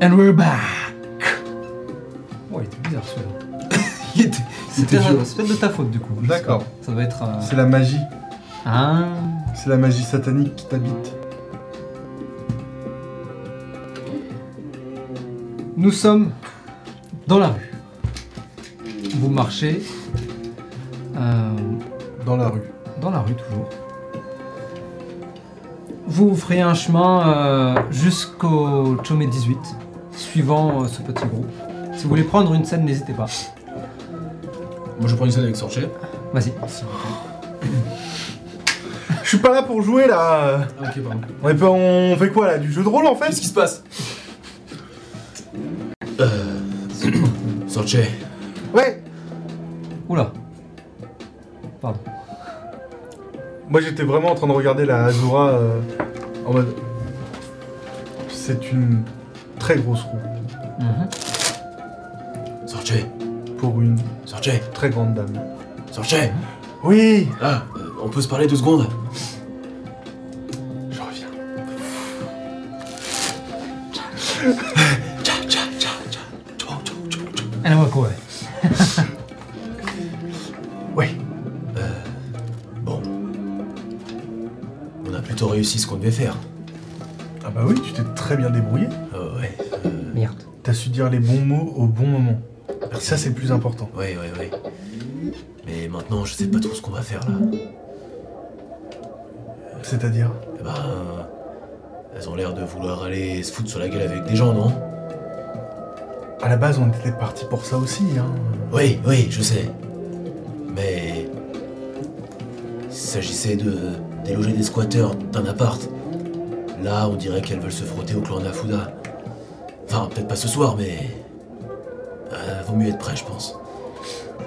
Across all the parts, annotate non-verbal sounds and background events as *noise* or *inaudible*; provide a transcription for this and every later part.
And we're back Ouais, Oh, il était bizarre celui-là. *laughs* Il était- il C'était- était violent. C'est peut-être de ta faute du coup. je sais D'accord. pas. Ça doit être. euh, C'est la magie. Ah. C'est la magie satanique qui t'habite. Nous sommes dans la rue. Vous marchez euh, Dans la rue. dans la rue toujours. Vous ferez un chemin euh, jusqu'au Chomé 18, suivant euh, ce petit groupe. Si vous voulez prendre une scène, n'hésitez pas. Moi je prends une scène avec Sorcher. Vas-y. Je suis pas là pour jouer là Ah, ok, pardon. On, est pas- on fait quoi là Du jeu de rôle en fait Qu'est-ce qui se passe Euh. *coughs* Sorcher. Ouais Oula. Moi j'étais vraiment en train de regarder la Azura euh, en mode. C'est une très grosse roue Mhm. Sorcher. pour une Sorcher. très grande dame. Sorcher. Oui Ah, euh, on peut se parler deux secondes Je reviens. Tcha, tcha, tcha, tcha. Tchao, tchao, tchao, tchao. Elle m'a couru. Ouais. Bon. On a plutôt réussi ce qu'on devait faire. Ah bah oui, tu t'es très bien débrouillé. Euh, ouais. Merde. T'as su dire les bons mots au bon moment. Ça c'est le plus important. Ouais, ouais, ouais. Mais maintenant, je sais pas trop ce qu'on va faire là. C'est-à-dire Eh ben. Elles ont l'air de vouloir aller se foutre sur la gueule avec des gens, non À la base, on était parti pour ça aussi, hein. Oui, oui, je sais. Mais. Il s'agissait de déloger des squatteurs d'un appart. Là, on dirait qu'elles veulent se frotter au clan d'Afuda. Enfin, peut-être pas ce soir, mais. euh, vaut mieux être prêt, je pense.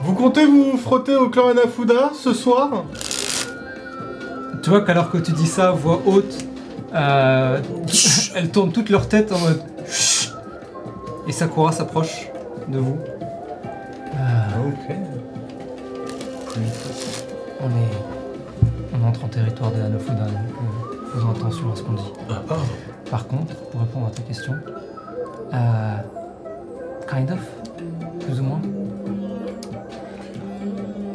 Vous comptez vous frotter au clan Anafuda ce soir Tu vois qu'alors que tu dis ça, voix haute, euh, *laughs* elles tournent toute leur tête en mode. Chut Et Sakura s'approche de vous. Ah, Ok. On est. On entre en territoire de Hanafuda, donc euh, faisons attention à ce qu'on dit. Ah, pardon. Par contre, pour répondre à ta question, euh, kind of, plus ou moins.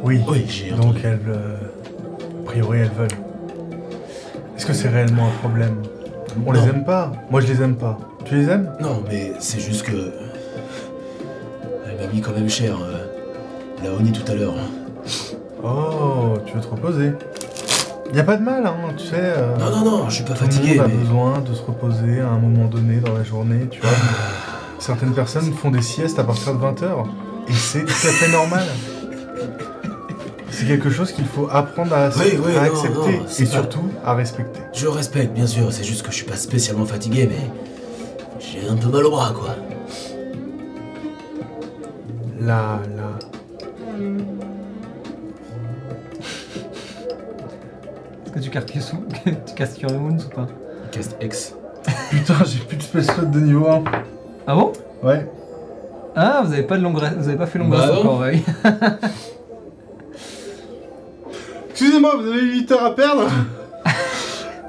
Oui. Oui, j'ai entendu. Donc elles, euh, a priori, elles veulent. Est-ce que c'est réellement un problème On Non. les aime pas. Moi, je les aime pas. Tu les aimes Non, mais c'est juste que. Elle m'a mis quand même cher, euh, la Oni tout à l'heure. Oh, tu veux te reposer Y a pas de mal, hein. Tu sais. euh, Non, non, non, je suis pas Tout le fatigué, monde a mais. besoin de se reposer à un moment donné dans la journée, tu vois. Ah. Certaines personnes font des siestes à partir de 20h, et c'est tout à fait normal. C'est quelque chose qu'il faut apprendre à, Oui, oui, à non, accepter, non, c'est et pas- surtout à respecter. Je respecte, bien sûr, c'est juste que je suis pas spécialement fatigué, mais. J'ai un peu mal au bras, quoi. Là, là. Est-ce que tu casques *laughs* tu casques Curious Moons ou pas Cast X. Putain, j'ai plus de space flotte de niveau 1. Ah bon Ouais. Ah, vous avez pas de longue, rest- vous avez pas fait longue Bah rest non. encore, ouais. *laughs* Excusez-moi, vous avez 8 heures à *laughs* perdre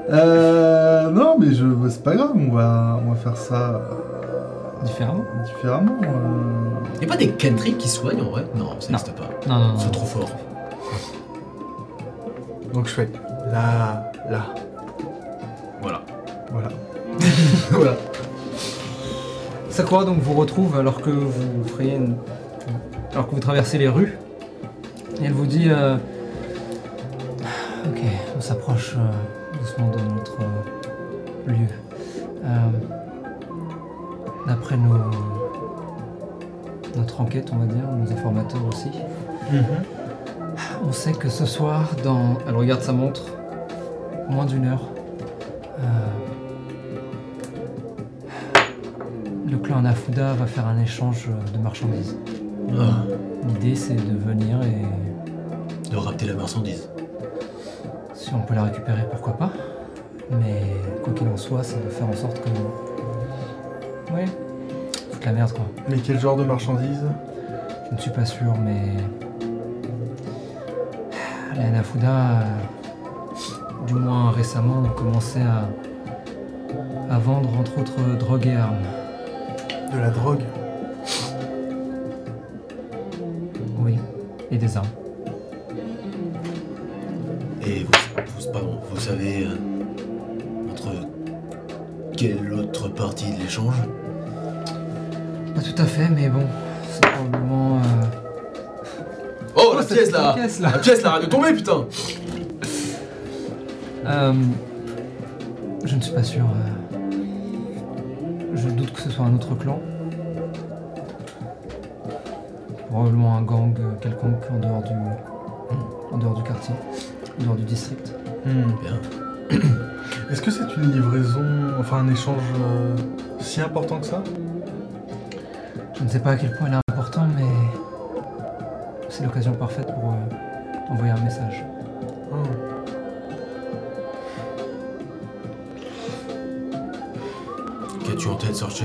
Euh, non, mais je, bah, c'est pas grave, on va, on va faire ça euh, Différemment. différemment. euh. Y'a pas des cantrips qui soignent en vrai Non, ça n'existe pas. Non, non, non. C'est trop fort. Donc je fais là, là. Voilà. Voilà. voilà. Sakura donc vous retrouve alors que vous ferez une- alors que vous traversez les rues. Et elle vous dit euh, Ok, on s'approche euh, doucement de notre euh, lieu. Euh, D'après nos notre enquête, on va dire, nos informateurs aussi. On sait que ce soir, dans. Elle regarde sa montre. Moins d'une heure. euh, Le clan Nafuda va faire un échange de marchandises. Ah, L'idée, c'est de venir et de rapter la marchandise. si on peut la récupérer, pourquoi pas. Mais quoi qu'il en soit, c'est de faire en sorte que. Ouais. Foutre la merde, quoi. Mais quel genre de marchandise Je ne suis pas sûr, mais. Les Hanafuda, euh, du moins récemment, ont commencé à, à vendre entre autres drogues et armes. de la drogue. Oui. Et des armes. Et vous, vous- pardon, vous savez euh, entre quelle autre partie de l'échange Pas tout à fait, mais bon, c'est probablement. euh, Oh, la cette pièce là petite pièce, là. La pièce là, arrête de tomber putain euh, je ne suis pas sûr. euh, Je doute que ce soit un autre clan. Probablement un gang euh, quelconque en dehors du. En dehors du quartier. En dehors du district. Bien. Hmm. Est-ce que c'est une livraison, enfin un échange euh, si important que ça Je ne sais pas à quel point elle est importante, mais. C'est l'occasion parfaite pour euh, envoyer un message. Ah. Qu'as-tu en tête, Sorche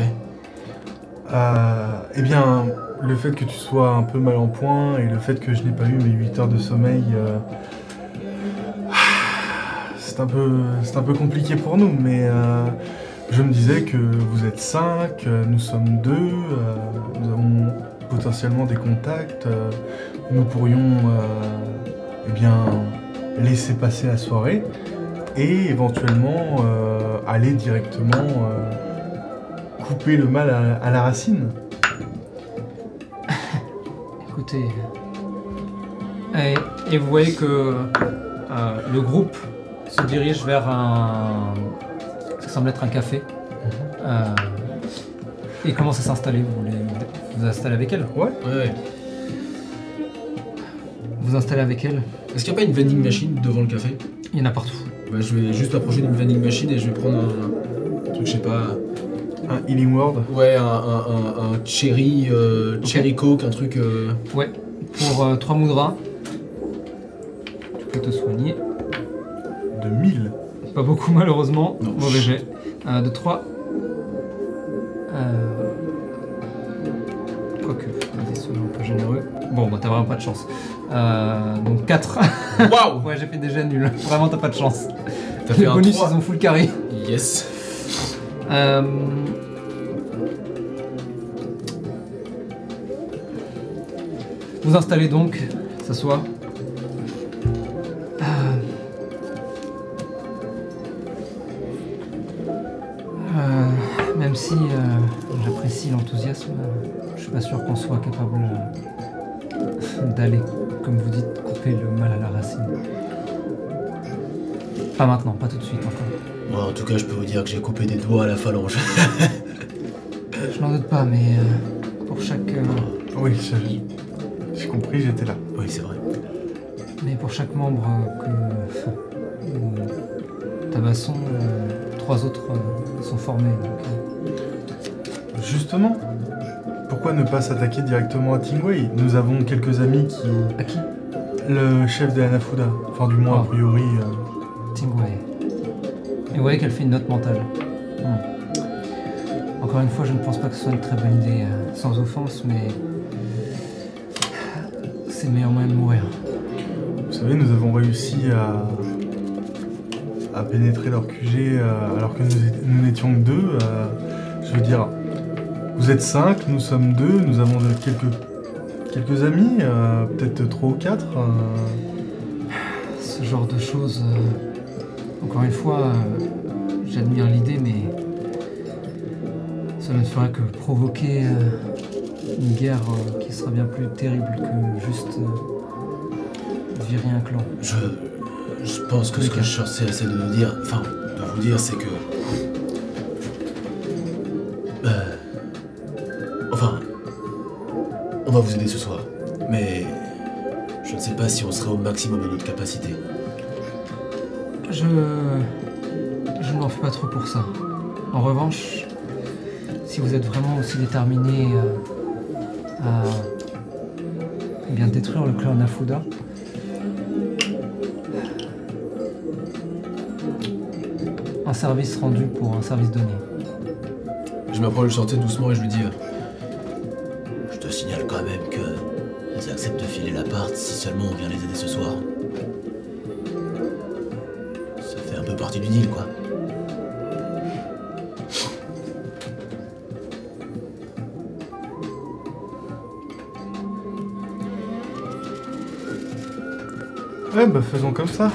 Euh, eh bien, le fait que tu sois un peu mal en point et le fait que je n'ai pas eu mes 8 heures de sommeil, euh, c'est un, peu- c'est un peu compliqué pour nous, mais euh, je me disais que vous êtes 5, nous sommes 2, nous avons potentiellement des contacts, euh, nous pourrions euh, eh bien, laisser passer la soirée et éventuellement euh, aller directement... euh, couper le mal à, à la racine. Écoutez. Et, et vous voyez que euh, le groupe se dirige vers un. ce qui semble être un café. Euh, et commence à s'installer. Vous voulez vous installer avec elle Ouais, ouais. Vous installez avec elle. Est-ce qu'il n'y a pas une vending machine devant le café Il y en a partout. Bah, Je vais juste approcher d'une vending machine et je vais prendre un truc, je sais pas. Un healing word. Ouais, un, un- un- un cherry, euh, cherry coke, un truc. euh, Ouais. Pour 3 moudras. Tu peux te soigner. de 1000. Pas beaucoup malheureusement, Non. mauvais jet. Euh, de 3. Quoique, vas-y, soyons un peu généreux. Bon, bah t'as vraiment pas de chance. Euh, donc *laughs* 4. Waouh ouais, j'ai fait déjà nul. Vraiment, t'as pas de chance. T'as fait Les un bonus, 3. ils ont full carré. Yes. Euh, Vous installez donc, ça soit. euh, même si euh, j'apprécie l'enthousiasme, euh, je suis pas sûr qu'on soit capable euh, *laughs* d'aller, comme vous dites, couper le mal à la racine. Pas maintenant, pas tout de suite encore. Moi, en tout cas, je peux vous dire que j'ai coupé des doigts à la phalange. Je n'en doute pas, mais euh, pour chaque, euh, Oui, j'ai j'ai compris, j'étais là. oui, c'est vrai. mais pour chaque membre euh, que nous tabassons, euh, trois autres euh, sont formés. donc, euh, Justement, pourquoi ne pas s'attaquer directement à Tingwei Nous avons quelques amis qui. à qui Le chef de la Nafuda, enfin du moins a Ah. priori. euh, Tingwei. Et vous voyez qu'elle fait une note mentale. Hmm. Encore une fois, je ne pense pas que ce soit une très bonne idée, euh, sans offense, mais c'est le meilleur moyen de mourir. vous savez, nous avons réussi à. à pénétrer leur QG euh, alors que nous é- nous n'étions que deux. euh, je veux dire, vous êtes cinq, nous sommes deux, nous avons de- quelques. quelques amis, euh, peut-être trois ou quatre. euh, Ce genre de choses, euh, encore une fois, euh, j'admire l'idée, mais ça ne fera que provoquer euh, une guerre euh, qui sera bien plus terrible que juste euh, virer un clan. Je, je pense que ce que je cherchais essayer de nous dire, enfin, de vous dire, c'est que. Euh, enfin, on va vous aider ce soir, mais je ne sais pas si on serait au maximum de notre capacité. Je, je n'en fais pas trop pour ça. En revanche, si vous êtes vraiment aussi déterminé euh, à eh bien détruire le clan Nafuda, un service rendu pour un service donné. Je m'approche de sortir doucement et je lui dis euh, Je te signale quand même que ils acceptent de filer l'appart si seulement on vient les aider ce soir. Ça fait un peu partie du deal, quoi. Ouais, bah faisons comme ça.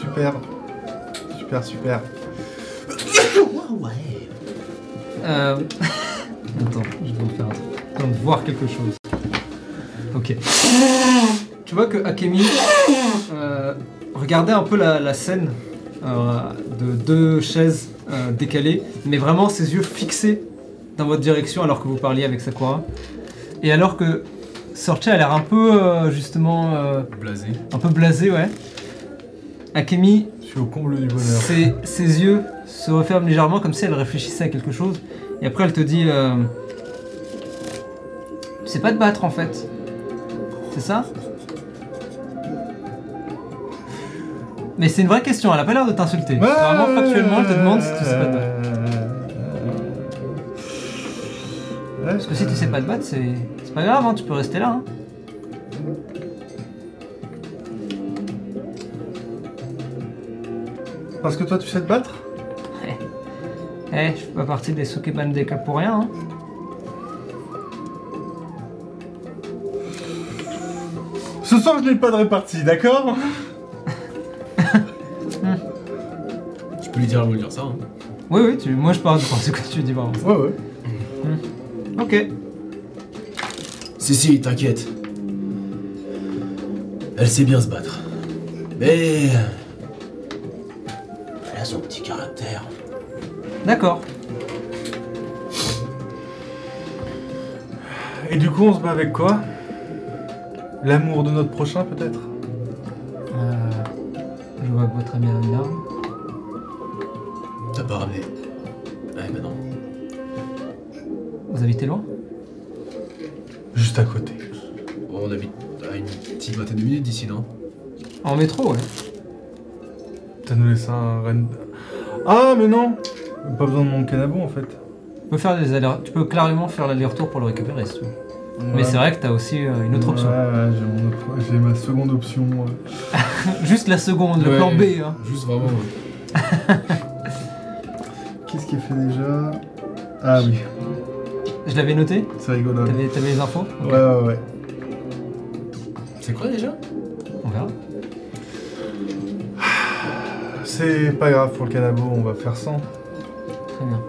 Super. Super, super. Ah ouais. Euh... *laughs* Attends, je dois faire un truc. Je dois voir quelque chose. Ok. Tu vois que Akemi euh, regardait un peu la, la scène euh, de deux chaises euh, décalées, mais vraiment ses yeux fixés dans votre direction alors que vous parliez avec Sakura. Et alors que Sorcha a l'air un peu euh, justement euh, Blasé. un peu blasé, ouais. Akemi Je suis au comble du bonheur. ses, ses yeux se referment légèrement comme si elle réfléchissait à quelque chose. Et après, elle te dit euh, Tu sais pas te battre en fait. C'est ça Mais c'est une vraie question, elle a pas l'air de t'insulter. Vraiment, factuellement, elle te demande si tu sais pas te Euh, battre. Parce que si tu sais pas te battre, c'est c'est pas grave, hein, tu peux rester là. hein. Parce que toi, tu sais te battre Eh, je fais pas partie des Sokeban des cas pour rien. hein. Ce soir, je n'ai pas de répartie, d'accord Tu peux lui dire, lui dire ça. hein. Oui, oui, tu- moi je parle de ce que tu dis vraiment. Ouais, ouais. Ok. Si, si, t'inquiète. Elle sait bien se battre. Mais. Elle a son petit caractère. D'accord. Et du coup, on se bat avec quoi L'amour de notre prochain, peut-être Euh, je vois que votre ami a une arme. T'as pas ramené. Ouais, bah non. Vous habitez loin Juste à côté. On habite à une petite vingtaine de minutes d'ici, non En métro, ouais. T'as nous laissé un rend... Ah, mais non Pas besoin de mon canabo, en fait. Tu peux, faire des allers- tu peux clairement faire l'aller-retour pour le récupérer si tu veux. Mais c'est vrai que t'as aussi euh, une autre option. Ouais, ouais, j'ai mon autre- j'ai ma seconde option. ouais. Juste la seconde, le Ouais. plan B. hein. Juste vraiment. euh, ouais. Qu'est-ce qu'il fait déjà Ah oui, Je l'avais noté c'est rigolo. T'avais t'avais les infos Ok, Ouais, ouais, ouais. C'est quoi déjà On verra. C'est pas grave pour le canabo, on va faire sans. *laughs* Très bien.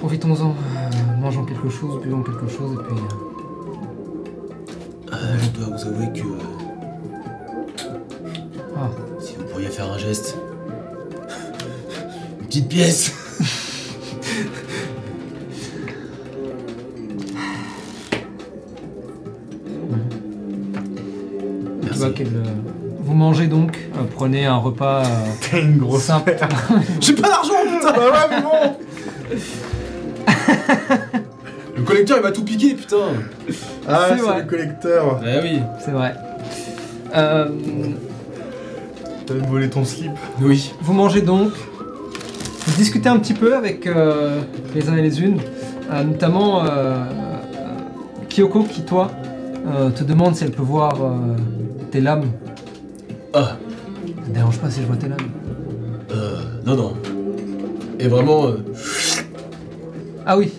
Profitons-en. euh, mangeons quelque chose, buvons quelque chose et puis. euh, Euh, Je dois vous avouer que. euh, Ah. Si vous pourriez faire un geste. Une petite pièce Tu Merci. vois qu'elle, euh, Vous mangez donc, euh, prenez un repas euh, T'as une grosse... simple. J'ai pas d'argent, putain bah ouais, mais bon *laughs* Le collecteur il m'a tout piqué, putain Ah, C'est c'est vrai. le collecteur. Ah oui C'est vrai. Euh, T'as même volé ton slip. Oui. Vous mangez donc, vous discutez un petit peu avec euh, les uns et les unes, euh, notamment euh, euh, Kyoko qui, toi, euh, te demande si elle peut voir euh, tes lames. Ah Ça te dérange pas si je vois tes lames Euh. Non, non. Et vraiment. euh, Ah oui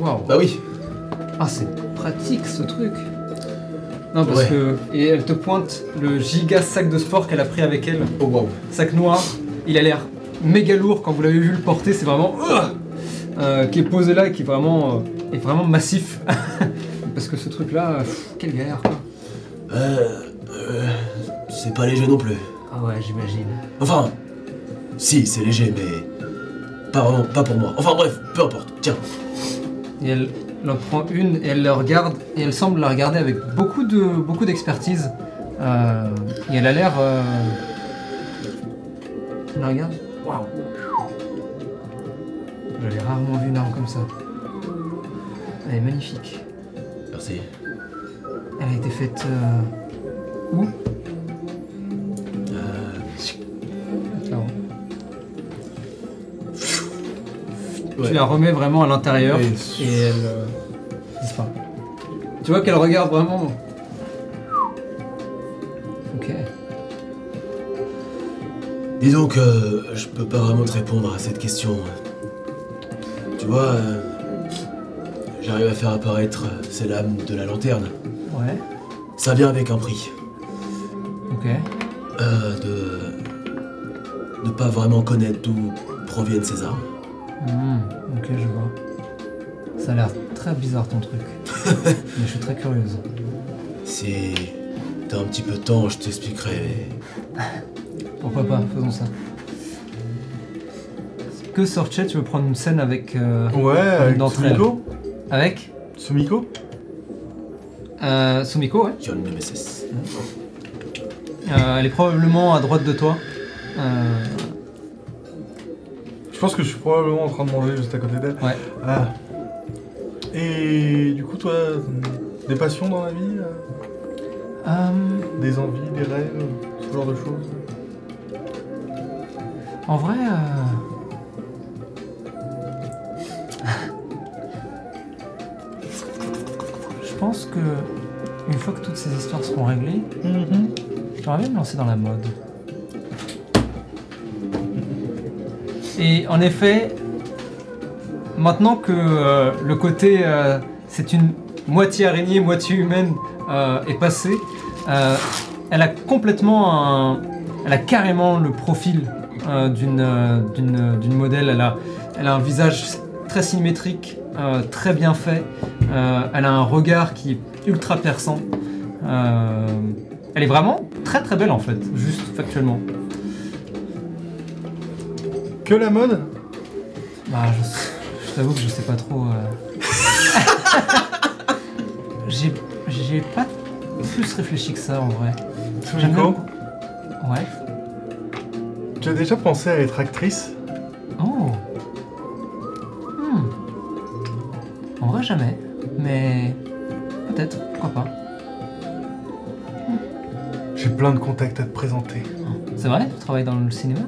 Waouh Bah oui Ah, c'est pratique ce truc Non, parce Ouais. que. Et elle te pointe le giga sac de sport qu'elle a pris avec elle. Oh waouh sac noir. Il a l'air méga lourd quand vous l'avez vu le porter, c'est vraiment euh, qui est posé là et qui est vraiment euh, est vraiment massif. *laughs* Parce que ce truc là, quelle galère quoi. Euh. euh, C'est pas léger non plus. Ah ouais, j'imagine. Enfin, si, c'est léger, mais pas vraiment, pas pour moi. Enfin bref, peu importe. Tiens, Et elle en prend une et elle le regarde et elle semble la regarder avec beaucoup de beaucoup d'expertise. Euh, et elle a l'air. euh, La regarde. Waouh. J'avais rarement vu une arme comme ça. Elle est magnifique. merci. Elle a été faite euh, où Euh, Attends. ouais. Tu la remets vraiment à l'intérieur Oui. et elle euh, disparaît. Tu vois qu'elle regarde vraiment. Ok. Dis donc, euh, je peux pas vraiment te répondre à cette question. Tu vois, euh, j'arrive à faire apparaître euh, ces lames de la lanterne. Ouais. Ça vient avec un prix. Ok. euh, de ne pas vraiment connaître d'où proviennent ces armes. Hmm, ok, je vois. Ça a l'air très bizarre ton *laughs* truc. Mais je suis très curieuse. Si t'as un petit peu de temps, je t'expliquerai. Pourquoi pas Faisons ça. Que Sorchet, tu veux prendre une scène avec. euh, Ouais, avec d'entre elles. Sumiko avec Sumiko euh, Sumiko, ouais. John Nemesis. Euh, elle est probablement à droite de toi. Euh, Je pense que je suis probablement en train de manger juste à côté d'elle. Ouais. Ah. Et du coup, toi, des passions dans la vie euh, euh, Des envies, des rêves, ce genre de choses. En vrai. euh, Je pense que. Une fois que toutes ces histoires seront réglées, j'aimerais bien me lancer dans la mode. Et en effet, maintenant que euh, le côté euh, c'est une moitié araignée, moitié humaine euh, est passé, euh, elle a complètement un. Elle a carrément le profil euh, d'une euh, d'une- d'une modèle. Elle a, elle a un visage très symétrique, euh, très bien fait. Euh, elle a un regard qui est ultra perçant. Euh, elle est vraiment très très belle en fait, juste factuellement. Que la mode Bah, je, sais- je t'avoue que je sais pas trop. euh. *laughs* J'ai j'ai pas plus réfléchi que ça en vrai. J'aime Sumiko, bien- Ouais. tu as déjà pensé à être actrice Oh. Hmm. En vrai, jamais. Mais peut-être, pourquoi pas. J'ai plein de contacts à te présenter. C'est vrai, tu travailles dans le cinéma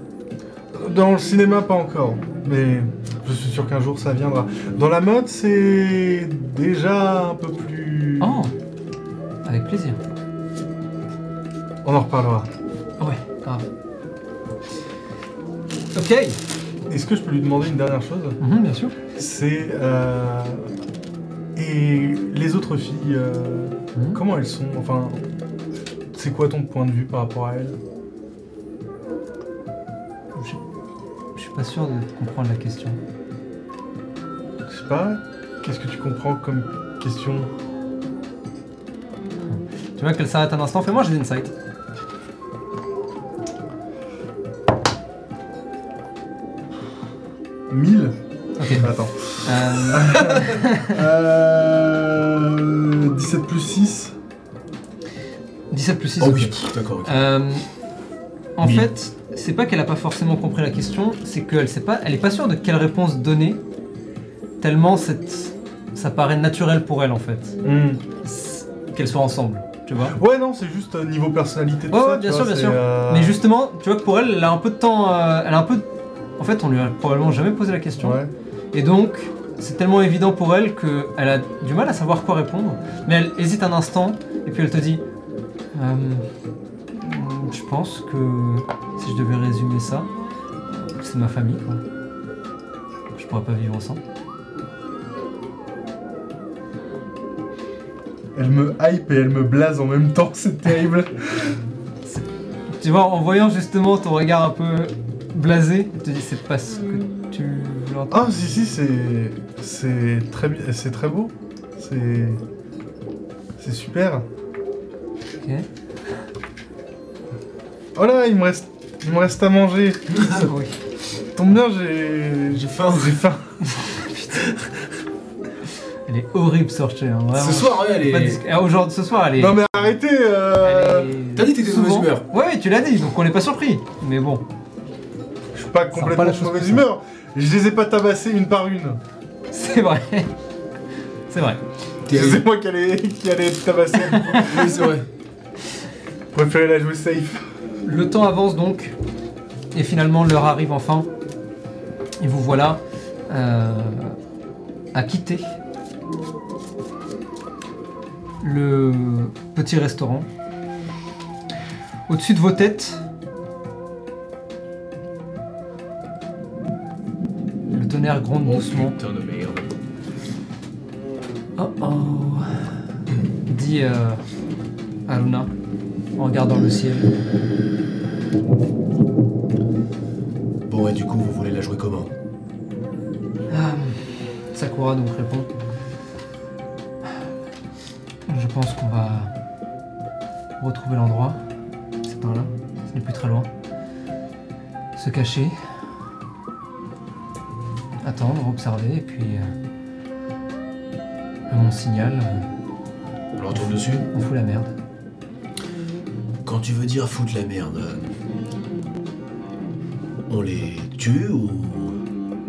Dans le cinéma, pas encore. Mais je suis sûr qu'un jour ça viendra. Dans la mode, c'est déjà un peu plus. Oh. Avec plaisir. On en reparlera. Ouais, grave. Ok. Est-ce que je peux lui demander une dernière chose Mhm, bien sûr. C'est. euh, Et les autres filles, euh, Mhm. comment elles sont Enfin. C'est quoi ton point de vue par rapport à elles Je, je suis pas sûr de comprendre la question. Je sais pas. Qu'est-ce que tu comprends comme question Tu vois qu'elle s'arrête un instant, fais-moi j'ai d'insight. Mille Ok. Attends. Euh, Euh, 17 plus 6 17 plus 6. Oh ok. oui, pff, d'accord, ok. Euh, en Oui. fait, c'est pas qu'elle a pas forcément compris la question, c'est qu'elle sait pas, elle est pas sûre de quelle réponse donner, tellement cette, ça paraît naturel pour elle en fait, C'est- qu'elles soient ensemble, tu vois. Ouais, non, c'est juste euh, niveau personnalité. tout Ouais, ça, ouais, tu bien vois, sûr, bien c'est, sûr. euh, Mais justement, tu vois que pour elle, elle a un peu de temps, euh, elle a un peu, de- en fait, on lui a probablement jamais posé la question. Ouais. Et donc, c'est tellement évident pour elle qu'elle a du mal à savoir quoi répondre. Mais elle hésite un instant, et puis elle te dit Euh, mm, Je pense que si je devais résumer ça, c'est ma famille, quoi. Je pourrais pas vivre sans. Elle me hype et elle me blase en même *laughs* temps, c'est terrible. Tu vois, en voyant justement ton regard un peu blasé, elle te dit C'est pas ce que tu voulais entendre. Ah, si, si, c'est. C'est très, bi- c'est très beau. C'est. C'est super. Ah. Ok. Oh là, il me reste. Il me reste à manger. Oui. Tombe bien, j'ai. J'ai faim. J'ai faim. Elle est horrible, Sorcher. hein, vraiment. Ce soir, ouais, elle Pas est. disc- Ah, Aujourd'hui, ce soir, elle est. Non, mais arrêtez euh, elle est T'as dit que t'étais de mauvaise souvent- humeur. Ouais, ouais, tu l'as dit, donc on n'est pas surpris. Mais bon. Je suis pas pas complètement la de chose mauvaise plus simple. humeur. Je les ai pas tabassées une par une. C'est vrai. C'est vrai. t'es- *laughs* C'est moi qui allais, qui allais les tabasser. Oui, c'est vrai. Préférez la jouer safe. Le temps avance donc, et finalement l'heure arrive enfin. Et vous voilà euh, à quitter le petit restaurant. Au-dessus de vos têtes, le tonnerre gronde Oh doucement. putain de merde. Oh oh, dit euh, Aruna. en regardant le ciel. Bon, et du coup, vous voulez la jouer comment Ah, Sakura donc répond. Je pense qu'on va retrouver l'endroit. C'est par là. Ce n'est plus très loin. Se cacher. Attendre, observer, et puis. euh, à mon signal, euh, On leur tourne dessus on fout la merde. Quand tu veux dire foutre la merde, euh, on les tue ou.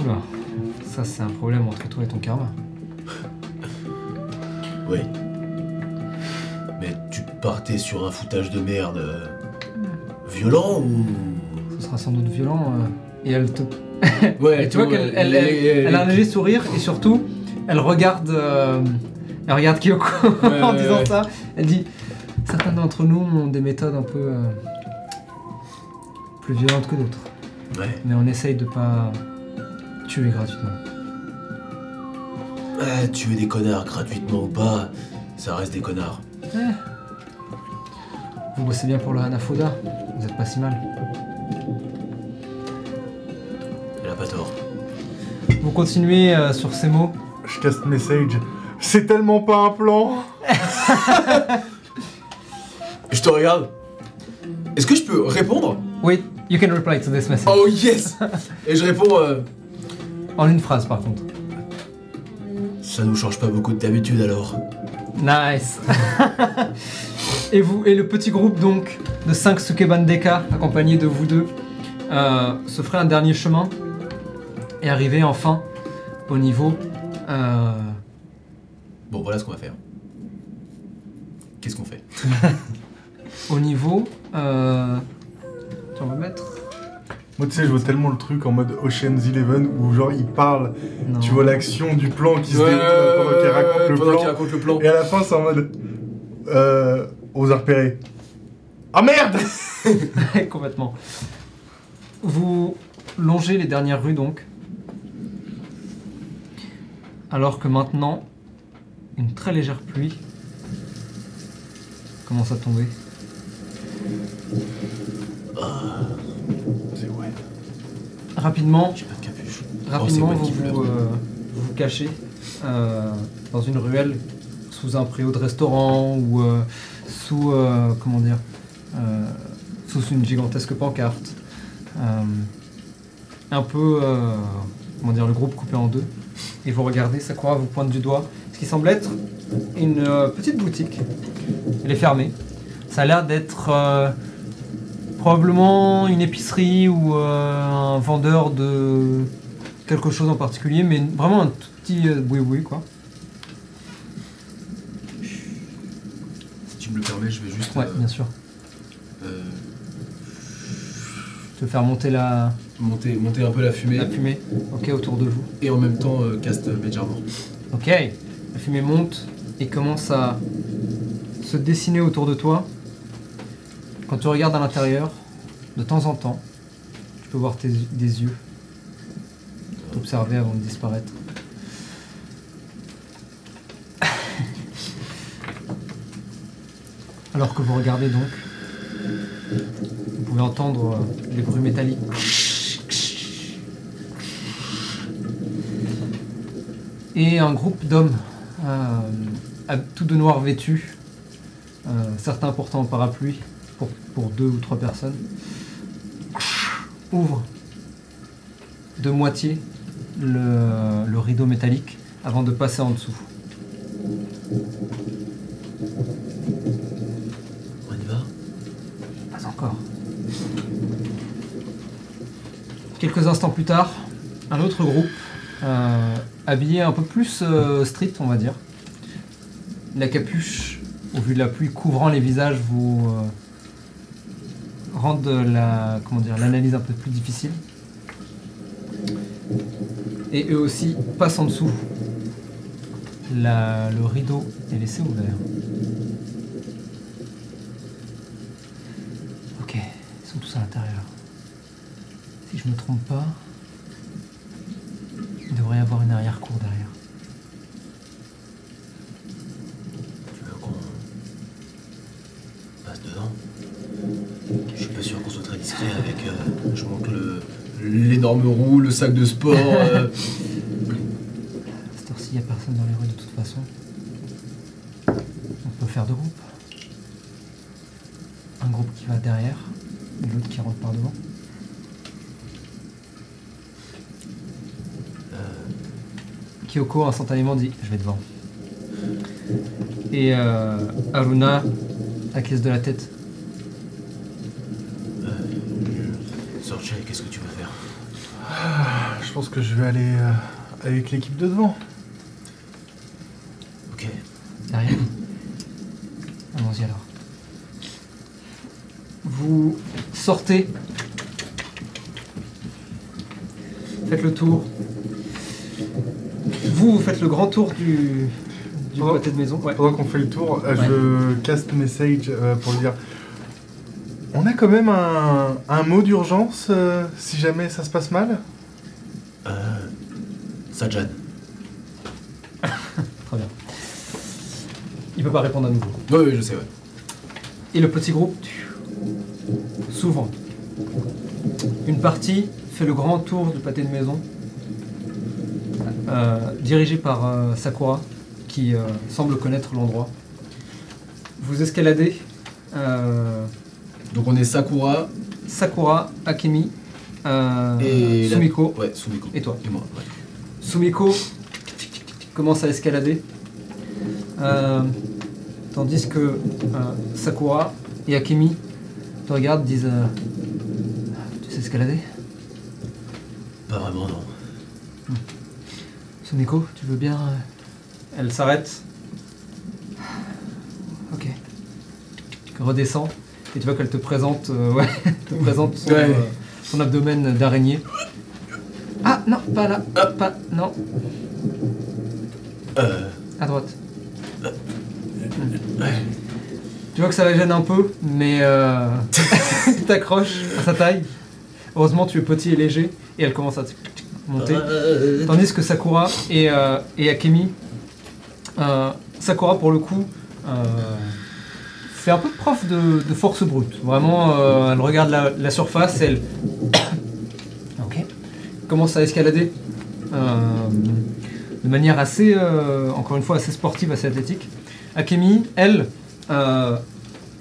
Oula, ça c'est un problème entre toi et ton karma. Oui. Mais tu partais sur un foutage de merde. euh, violent ou. *laughs* Ce sera sans doute violent. euh, et elle te Ouais, Et tu vois qu'elle elle, elle- elle a un léger sourire et surtout, elle regarde, euh, elle regarde Kyoko *laughs* Ouais, en ouais, disant ouais. ça. Elle dit Certains d'entre nous ont des méthodes un peu euh, plus violentes que d'autres, Ouais. mais on essaye de pas tuer gratuitement. Ah, tuer des connards gratuitement ou pas, ça reste des connards. Vous bossez bien pour le Hanafuda, vous êtes pas si mal. Elle a pas tort. Vous continuez euh, sur ces mots. Je casse message. C'est tellement pas un plan Je te regarde. Est-ce que je peux répondre Wait, you can reply to this message. *laughs* Oh yes Et je réponds. euh, En une phrase par contre. Ça nous change pas beaucoup de d'habitude alors. Nice. *laughs* et vous et le petit groupe donc de 5 Sukebandeka accompagné de vous deux euh, se ferait un dernier chemin et arriver enfin au niveau euh, Bon, voilà ce qu'on va faire. Qu'est-ce qu'on fait au niveau euh, tu en vas mettre Moi, tu sais, je vois tellement le truc en mode Ocean's Eleven où, genre, il parle, Non. tu vois l'action du plan qui se déroule euh, pendant qu'il raconte le pendant plan. qu'il raconte le plan. Et à la fin, c'est en mode. Euh. On vous a repéré. Ah merde Ouais, *laughs* Complètement. Vous longez les dernières rues donc. Alors que maintenant, une très légère pluie commence à tomber. C'est ouais. Rapidement, J'ai pas de capuche. rapidement Oh, c'est moi vous, qui vous, pleure. euh, vous vous cachez euh, dans une ruelle sous un préau de restaurant ou euh, sous euh, comment dire euh, sous une gigantesque pancarte. Euh, un peu euh, comment dire le groupe coupé en deux et vous regardez Sakura vous pointe du doigt ce qui semble être une euh, petite boutique. Elle est fermée. Ça a l'air d'être euh, probablement une épicerie ou euh, un vendeur de quelque chose en particulier, mais vraiment un tout petit euh, boui-boui quoi. Si tu me le permets, je vais juste. euh, Ouais, euh, bien sûr. euh, Je vais faire monter la, monter, monter un peu la fumée la fumée ok, autour de vous. et en même temps euh, cast euh, Mage Armor. Ok, la fumée monte et commence à se dessiner autour de toi. Quand tu regardes à l'intérieur, de temps en temps, tu peux voir tes, des yeux t'observer avant de disparaître. *laughs* Alors que vous regardez donc, vous pouvez entendre euh, les bruits métalliques. Et un groupe d'hommes, euh, à- tout de noir vêtus, euh, certains portant un parapluie pour, pour deux ou trois personnes, ouvrent de moitié le, le rideau métallique avant de passer en dessous. On y va Pas encore. Quelques instants plus tard, un autre groupe, euh, habillé un peu plus euh, street, on va dire. La capuche, au vu de la pluie couvrant les visages, vous euh, rendent la comment dire l'analyse un peu plus difficile. Et eux aussi passent en dessous. La- le rideau est laissé ouvert. Ok, ils sont tous à l'intérieur. Si je me trompe pas, il devrait y avoir une arrière-cour derrière. Tu veux qu'on passe dedans Ouais. qu'on soit très discret avec. euh, je montre le- l'énorme roue, le sac *laughs* de sport. euh, À cette heure-ci, il n'y a personne dans les rues de toute façon. On peut faire deux groupes. Un groupe qui va derrière et l'autre qui rentre par devant. Euh, Kyoko instantanément dit Je vais devant. Et euh, Aruna acquiesce de la tête. euh, Sorchay, qu'est-ce que tu vas faire Je pense que je vais aller euh, avec l'équipe de devant. Ok. Derrière. Allons-y alors. Vous sortez. Faites le tour. Vous, vous faites le grand tour du, du Pendant- côté de maison. Ouais. Pendant qu'on fait le tour, euh, je caste message euh, pour lui dire On a quand même un, un mot d'urgence euh, si jamais ça se passe mal Euh, Sajan. Très bien. Il peut pas répondre à nouveau. Oui, oui, je sais, ouais. Et le petit groupe s'ouvre. Une partie fait le grand tour du pâté de maison, euh, dirigé par euh, Sakura, qui euh, semble connaître l'endroit. Vous escaladez euh, Donc on est Sakura Sakura, Akemi, euh, et. la- Sumiko Ouais, Sumiko. et toi. Et moi, ouais. Sumiko commence à escalader, euh, tandis que euh, Sakura et Akemi te regardent, disent euh, Tu sais escalader Pas vraiment, non. Sumiko, tu veux bien euh, Elle s'arrête. Ok. Redescends et tu vois qu'elle te présente, euh, *laughs* ouais, te présente son, Ouais. euh, son abdomen d'araignée. Ah non, pas là, pas non, Euh, à droite. Tu vois que ça la gêne un peu, mais euh, *laughs* tu t'accroches à sa taille. Heureusement, tu es petit et léger, et elle commence à te- monter. euh, Tandis que Sakura et, euh, et Akemi, euh, Sakura pour le coup, euh, fait un peu de prof de, de force brute. Vraiment, euh, elle regarde la, la surface, elle *coughs* Ok. commence à escalader euh, de manière assez, euh, encore une fois, assez sportive, assez athlétique. Akemi, elle, euh,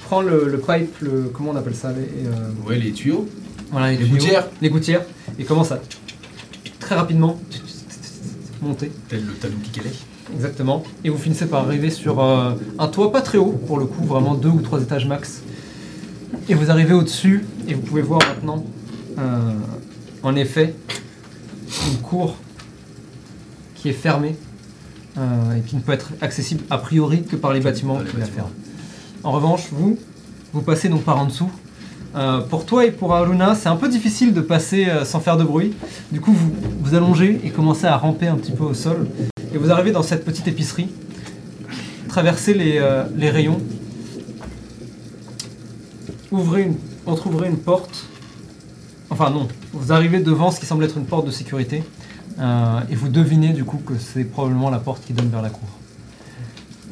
prend le, le pipe, le, comment on appelle ça les, euh, Ouais, les tuyaux. voilà, Les tuyaux, gouttières. Les gouttières. Et commence à très rapidement monter. Tel le talou qui calait. Exactement. Et vous finissez par arriver sur euh, un toit pas très haut, pour le coup, vraiment deux ou trois étages max. Et vous arrivez au-dessus, et vous pouvez voir maintenant, euh, en effet, une cour qui est fermée euh, et qui ne peut être accessible a priori que par les bâtiments Par les qui la bâtiments. ferment. En revanche, vous, vous passez donc par en dessous. Euh, pour toi et pour Aruna, c'est un peu difficile de passer euh, sans faire de bruit. Du coup, vous vous allongez et commencez à ramper un petit peu au sol. Et vous arrivez dans cette petite épicerie, traversez les, euh, les rayons, ouvrez une, entrouvrez une porte. Enfin non, vous arrivez devant ce qui semble être une porte de sécurité, euh, et vous devinez du coup que c'est probablement la porte qui donne vers la cour.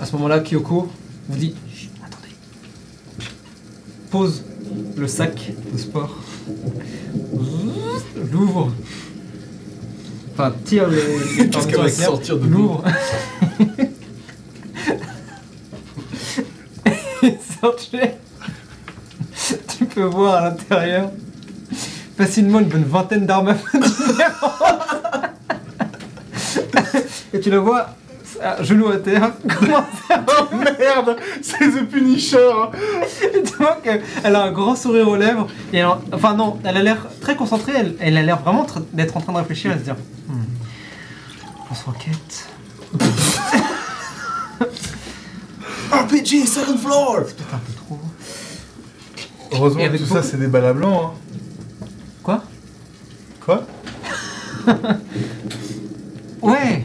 À ce moment-là, Kyoko vous dit Chut, attendez, pose le sac de sport, l'ouvre, enfin tire les. *laughs* Qu'est-ce qu'elle par va le clair, sortir de nous Lourd. *laughs* Sortez. Tu peux voir à l'intérieur facilement une bonne vingtaine d'armes à feu différentes. Et tu la vois à genoux à terre. *laughs* Comment Oh merde C'est The Punisher tu vois qu'elle a un grand sourire aux lèvres et elle- enfin non, elle a l'air très concentrée. Elle, elle a l'air vraiment tr- d'être en train de réfléchir et de se dire. Hmm. On se requête. RPG, second floor Peut-être un peu trop. Heureusement Et que avec tout ça, beaucoup- c'est des balles à blanc. hein. Quoi Quoi Ouais,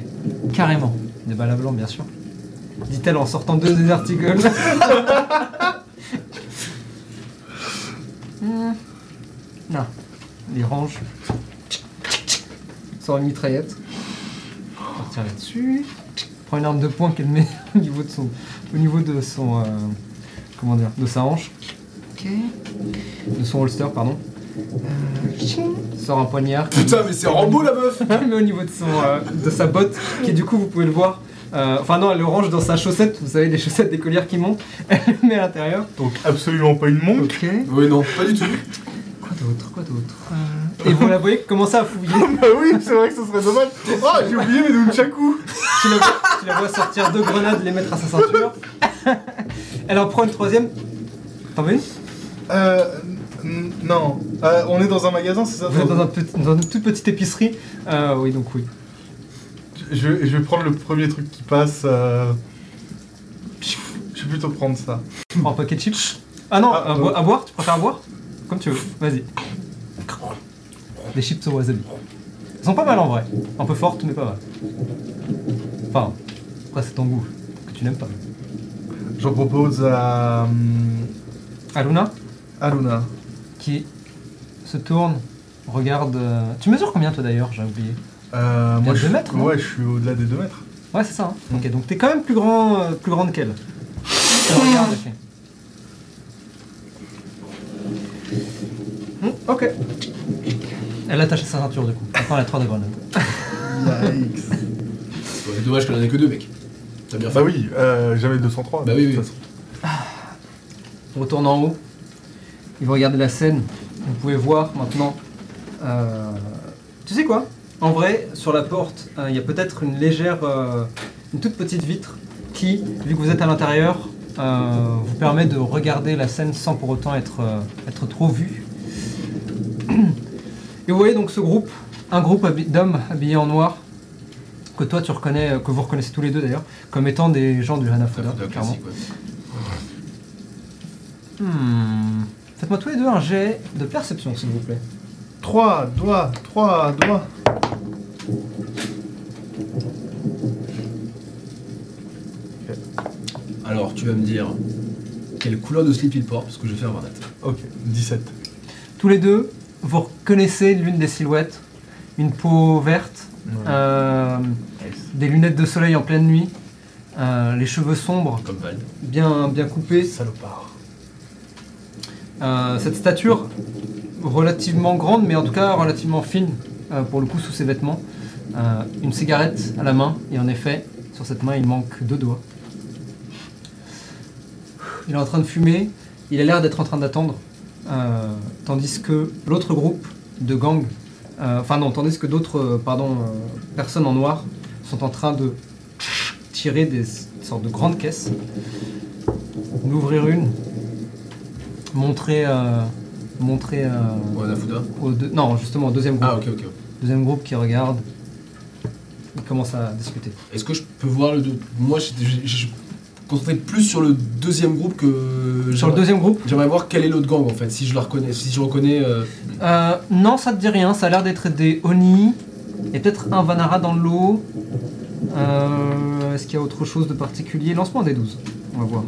carrément. Des balles à blanc, bien sûr. Dit-elle en sortant deux des *laughs* articles. Hmm. Non, Ah, les range. Sort une mitraillette. Partir là-dessus. Prend une arme de poing qu'elle met au niveau de son, au niveau de son, euh, comment dire, de sa hanche. Ok. De son holster, pardon. Euh, tching, sort un poignard. Putain, mais c'est Rambo la meuf *laughs* mais au niveau de, son, euh, de sa botte, qui du coup vous pouvez le voir. euh, enfin non, elle le range dans sa chaussette, vous savez, les chaussettes des collières qui montent, *laughs* elle le met à l'intérieur. Donc absolument pas une montre. Ok. Oui, non, pas du tout. Quoi d'autre Quoi d'autre Euh, Et vous la voyez commencer à fouiller. bah oui, c'est vrai que ce serait dommage. Ah, j'ai oublié mes nunchakus. Tu la, vois, tu la vois sortir deux grenades, les mettre à sa ceinture. *laughs* Elle en prend une troisième. T'en veux une Euh, n- non. Euh, on est dans un magasin, c'est ça Vous êtes dans, un petit- dans une toute petite épicerie. Euh, oui, donc oui. je, vais- je vais prendre le premier truc qui passe. euh, Je vais plutôt prendre ça. En paquet de chips. Ah non, Ah, à, non. bo- à boire Tu préfères à boire Comme tu veux, vas-y. Des chips au wasabi. Elles sont pas mal en vrai. Un peu fortes, mais pas mal. Enfin, après c'est ton goût, que tu n'aimes pas. J'en propose à. hum, Aluna, Aluna. qui se tourne, regarde... euh, Tu mesures combien toi d'ailleurs J'ai oublié. Euh, Il y a moi, deux je, suis- mètres, non Ouais, je suis au-delà des 2 mètres. Ouais, c'est ça. hein. Ok, donc t'es quand même plus grand, euh, plus grande qu'elle. Elle regarde, elle fait. Hmm, ok. Elle attache à sa ceinture du coup. Maintenant elle a trois de grenades. Yikes. Ouais, dommage qu'on en ait que deux, mec. T'as bien fait. bah oui, euh, j'avais 203. Bah de oui, toute oui. façon. On retourne en haut. Ils vont regarder la scène. Vous pouvez voir maintenant. euh, Tu sais quoi En vrai, sur la porte, euh, il y a peut-être une légère, euh, une toute petite vitre qui, vu que vous êtes à l'intérieur, euh, vous permet de regarder la scène sans pour autant être, euh, être trop vu. Et vous voyez donc ce groupe, un groupe habi- d'hommes habillés en noir, que toi tu reconnais, euh, que vous reconnaissez tous les deux d'ailleurs, comme étant des gens du T'as Hanafuda, fait de la clairement. classique, ouais. Hmm. Faites-moi tous les deux un jet de perception, s'il vous plaît. 3 doigts, 3 doigts. Alors, tu vas me dire quelle couleur de slip il porte, parce que je vais faire Varnat. Ok, 17. Tous les deux, vous reconnaissez l'une des silhouettes, une peau verte, euh, des lunettes de soleil en pleine nuit, euh, les cheveux sombres, Comme Val. bien, bien coupés, Salopard. Euh, cette stature relativement grande, mais en tout cas relativement fine euh, pour le coup sous ses vêtements. Euh, une cigarette à la main, et en effet, sur cette main, il manque deux doigts. Il est en train de fumer, il a l'air d'être en train d'attendre, euh, tandis que l'autre groupe de gang, euh, enfin non, tandis que d'autres, euh, pardon, euh, personnes en noir sont en train de tirer des sortes de grandes caisses, d'ouvrir une, montrer, euh, montrer euh, Ou Hanafuda. au deux- non justement au deuxième groupe, Ah, ok, ok. deuxième groupe qui regarde, ils commencent à discuter. Est-ce que je peux voir le. deux- Moi, j'étais- je je- je me concentrais plus sur le deuxième groupe que. Sur le deuxième groupe, J'aimerais voir quel est l'autre gang en fait, si je la reconnais, si je reconnais. euh, euh, non ça te dit rien, ça a l'air d'être des Oni et peut-être un Vanara dans l'eau. Euh, Est-ce qu'il y a autre chose de particulier Lancement des 12, on va voir.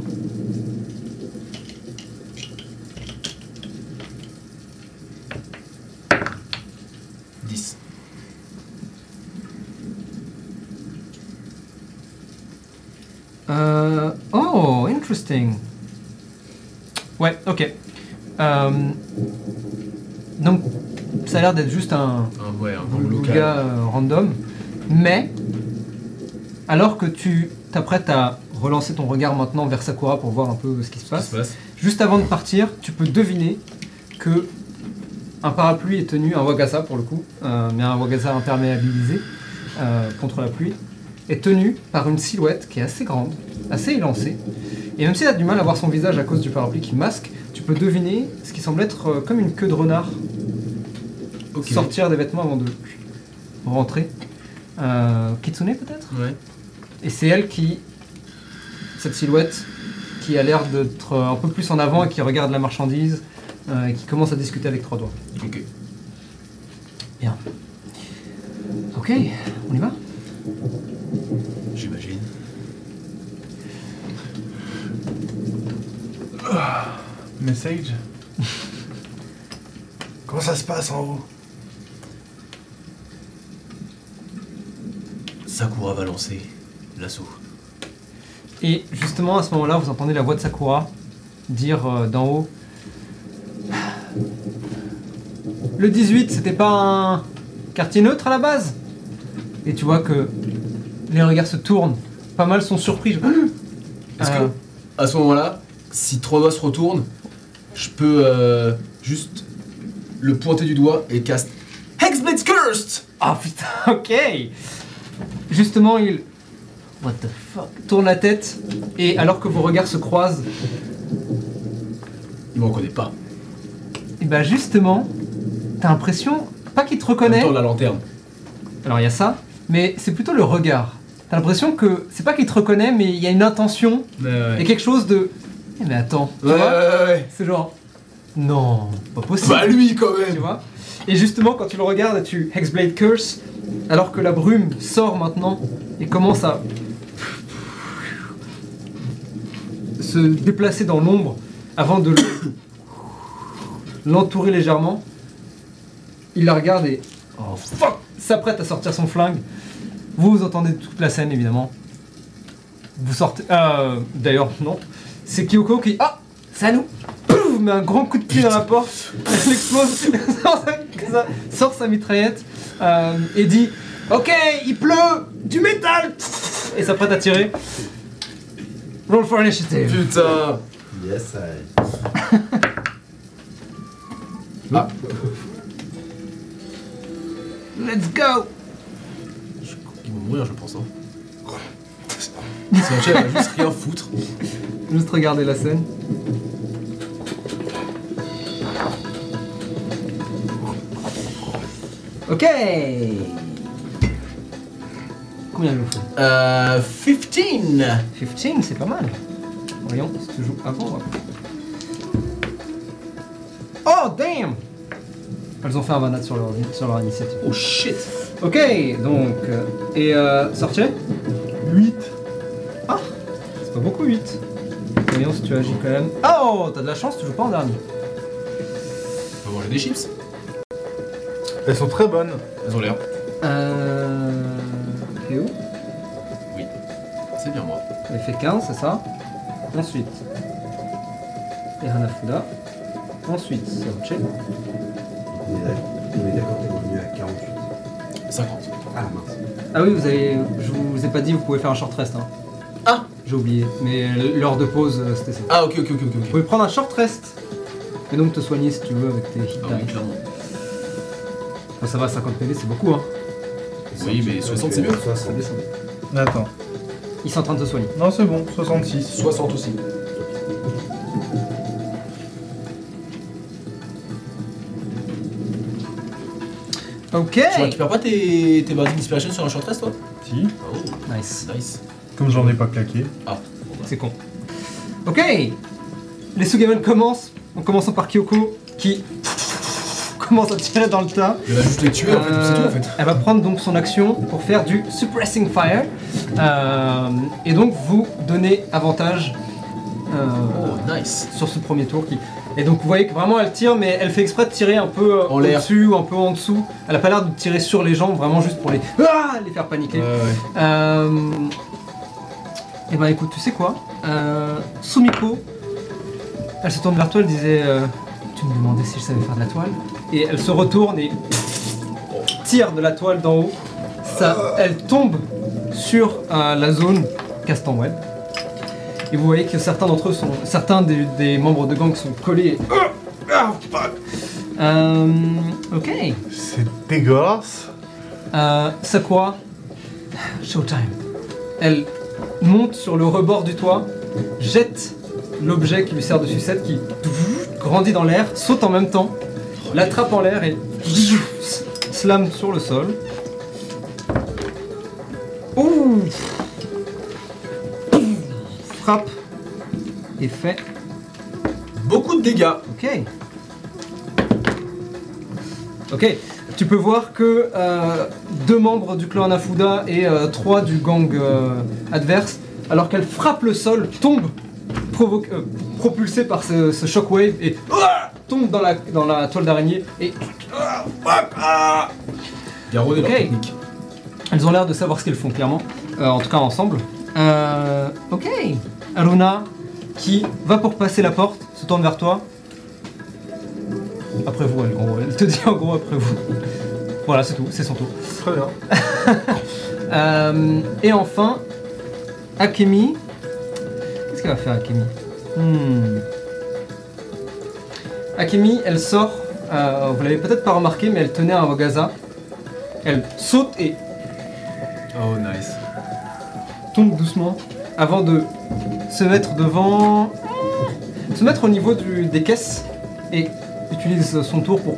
Dix. Euh, oh, interesting. Ouais, ok. Euh, donc, ça a l'air d'être juste un, Ah ouais, un gang un local. gars euh, random. Mais, alors que tu t'apprêtes à relancer ton regard maintenant vers Sakura pour voir un peu ce qui se Qu'est-ce qui passe, se passe juste avant de partir, tu peux deviner que un parapluie est tenu, un wagasa pour le coup, euh, mais un wagasa imperméabilisé euh, contre la pluie, est tenu par une silhouette qui est assez grande, assez élancée. Et même si tu as du mal à voir son visage à cause du parapluie qui masque, tu peux deviner ce qui semble être euh, comme une queue de renard Ok. sortir des vêtements avant de rentrer. Euh, Kitsune peut-être Ouais. et c'est elle qui, cette silhouette, qui a l'air d'être un peu plus en avant et qui regarde la marchandise euh, et qui commence à discuter avec trois doigts. Ok. Ok, on y va J'imagine. Message Comment ça se passe en haut Sakura va lancer l'assaut. Et justement, à ce moment-là, vous entendez la voix de Sakura dire euh, d'en haut le 18, c'était pas un quartier neutre à la base Et tu vois que les regards se tournent. Pas mal sont surpris. Est-ce Euh, que, à ce moment-là, si trois doigts se retournent, je peux euh, juste le pointer du doigt et cast Hexblade's Cursed Ah putain, *laughs* ok Justement, il. What the fuck Tourne la tête, et alors que vos regards se croisent, Il me reconnaît pas. et bah justement, t'as l'impression, pas qu'il te En même reconnaît, temps, la lanterne. alors il y a ça, mais c'est plutôt le regard. T'as l'impression que c'est pas qu'il te reconnaît, mais il y a une intention, Ouais, ouais. il y a quelque chose de. Eh, mais attends, tu Ouais, vois ouais, ouais. C'est genre. Non, pas possible. Bah lui quand même tu vois. Et justement, quand tu le regardes, tu Hexblade Curse, alors que la brume sort maintenant et commence à se déplacer dans l'ombre avant de le- *coughs* l'entourer légèrement. Il la regarde et oh fuck, s'apprête à sortir son flingue. Vous, vous entendez toute la scène évidemment. Vous sortez. euh, D'ailleurs, non. C'est Kyoko qui. Ah C'est à nous Pouf Met un grand coup de pied dans la porte. Elle explose. *laughs* sort sa- sort sa mitraillette. euh, et dit Ok, il pleut Du métal Et s'apprête à tirer. Roll for initiative. Putain Yes, I. Ah. Let's go Je- Ils vont mourir, je pense. Hein. C'est un chef, il va juste rien foutre. Juste regarder la scène. Ok Combien je vous fais Euh. 15 15, c'est pas mal. Voyons si tu joues avant ou après. Oh, damn Elles ont fait un vanade sur leur, sur leur initiative. Oh shit Ok, donc. euh, Et euh, sortez 8. Ah C'est pas beaucoup 8. Voyons si tu agis quand même. Oh T'as de la chance, tu joues pas en dernier. On va manger des chips. Elles sont très bonnes. Elles ont l'air. Euh. Théo C'est bien moi. Elle fait 15, c'est ça Ensuite. Et Hanafuda. Ensuite, Sorche. On est d'accord, on est d'accord, t'es revenu à 48. 50. Ah mince. Ah oui, vous avez. Je vous ai pas dit, vous pouvez faire un short rest. Hein. Ah J'ai oublié. Mais l'heure de pause, euh, c'était ça. Ah ok ok ok ok. Vous ok. pouvez prendre un short rest. Et donc te soigner si tu veux avec tes hit Ah dice. oui, clairement. Enfin, ça va, 50 PV, c'est beaucoup, hein. Oui, mais 60, c'est mieux. 60. Attends. Ils sont en train de te soigner. Non, c'est bon, 66. 60 aussi. Ok Tu récupères pas tes, tes barres d'inspiration sur un short rest toi Si. Oh, Nice. nice. Comme j'en ai pas claqué. Ah, C'est con. Ok Les Sugamen commencent, en commençant par Kyoko, qui *laughs* commence à tirer dans le tas. je vais juste les tuer en fait, c'est tout en fait. Euh, Elle va prendre donc son action pour faire du suppressing fire. Euh, et donc vous donnez avantage euh, Oh, nice. sur ce premier tour. Qui... Et donc vous voyez que vraiment elle tire, mais elle fait exprès de tirer un peu euh, En l'air. au-dessus ou un peu en dessous. Elle a pas l'air de tirer sur les gens, vraiment juste pour les, Ah les faire paniquer. Et Euh, ben écoute, tu sais quoi euh, Sumiko, elle se tourne vers toi, elle disait euh, Tu me demandais si je savais faire de la toile Et elle se retourne et tire de la toile d'en haut. Ça, elle tombe sur euh, la zone Castanweb. Et vous voyez que certains d'entre eux sont. Certains des, des membres de gang sont collés. ah, Euh, ok. C'est dégueulasse. Euh, Sakura, showtime. Elle monte sur le rebord du toit, jette l'objet qui lui sert de sucette, qui grandit dans l'air, saute en même temps, l'attrape en l'air et slam sur le sol. Ouh Frappe et fait. Beaucoup de dégâts. Ok. Ok. Tu peux voir que euh, deux membres du clan Anafuda et euh, trois du gang euh, adverse, alors qu'elle frappe le sol, tombe, provoque, euh, propulsée par ce, ce shockwave et ah, tombe dans la, dans la toile d'araignée et Garrotez Ok. leur technique. Elles ont l'air de savoir ce qu'elles font, clairement. Euh, en tout cas, ensemble. Euh, ok. Aruna, qui va pour passer la porte, se tourne vers toi. Après vous, elle, en gros. Elle te *laughs* dit en gros après vous. Voilà, c'est tout, c'est son tour. Très bien. Euh, et enfin, Akemi. Qu'est-ce qu'elle va faire, Akemi Hmm. Akemi, elle sort. euh, vous l'avez peut-être pas remarqué, mais elle tenait un Vogaza. Elle saute et Oh, nice. tombe doucement avant de se mettre devant. se mettre au niveau du- des caisses et utilise son tour pour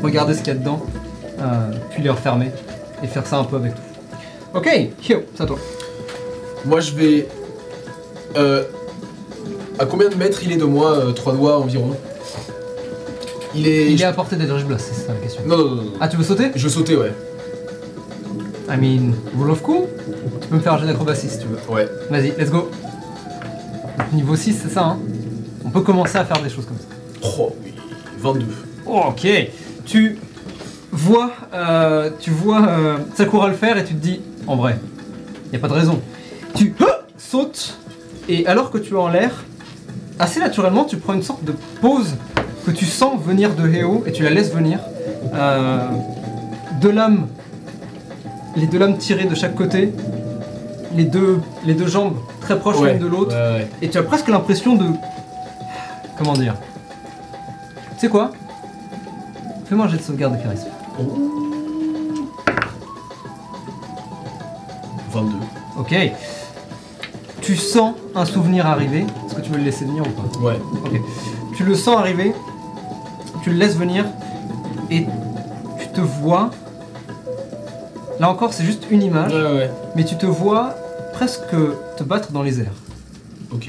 regarder ce qu'il y a dedans, euh, puis les refermer et faire ça un peu avec tout. Ok, Hyo, c'est à toi. Moi, je vais. Euh, à combien de mètres il est de moi euh, Trois doigts environ. Il est. Il est à portée des Dodge Blast, c'est ça la question. Non, non, non, non. Ah, tu veux sauter Je sautais, ouais. I mean, rule of cool Tu peux me faire un jeu d'acrobatie si tu veux. Ouais. Vas-y, let's go. Donc, Niveau 6, c'est ça, hein On peut commencer à faire des choses comme ça. Oh, oui. 22. Oh, Ok, tu vois, euh, tu vois euh, Sakura le faire et tu te dis, en vrai, y a pas de raison. Tu ah sautes et alors que tu es en l'air, assez naturellement, tu prends une sorte de pause que tu sens venir de Heo et tu la laisses venir. Euh, deux lames, les deux lames tirées de chaque côté, les deux, les deux jambes très proches Ouais. l'une de l'autre Ouais, ouais. et tu as presque l'impression de. Comment dire Tu sais quoi Fais-moi un jet de sauvegarde de charisme. 22. Ok. Tu sens un souvenir arriver. Est-ce que tu veux le laisser venir ou pas Ouais. Ok. Tu le sens arriver, tu le laisses venir, et tu te vois. Là encore, c'est juste une image, Ouais, ouais. mais tu te vois presque te battre dans les airs. Ok.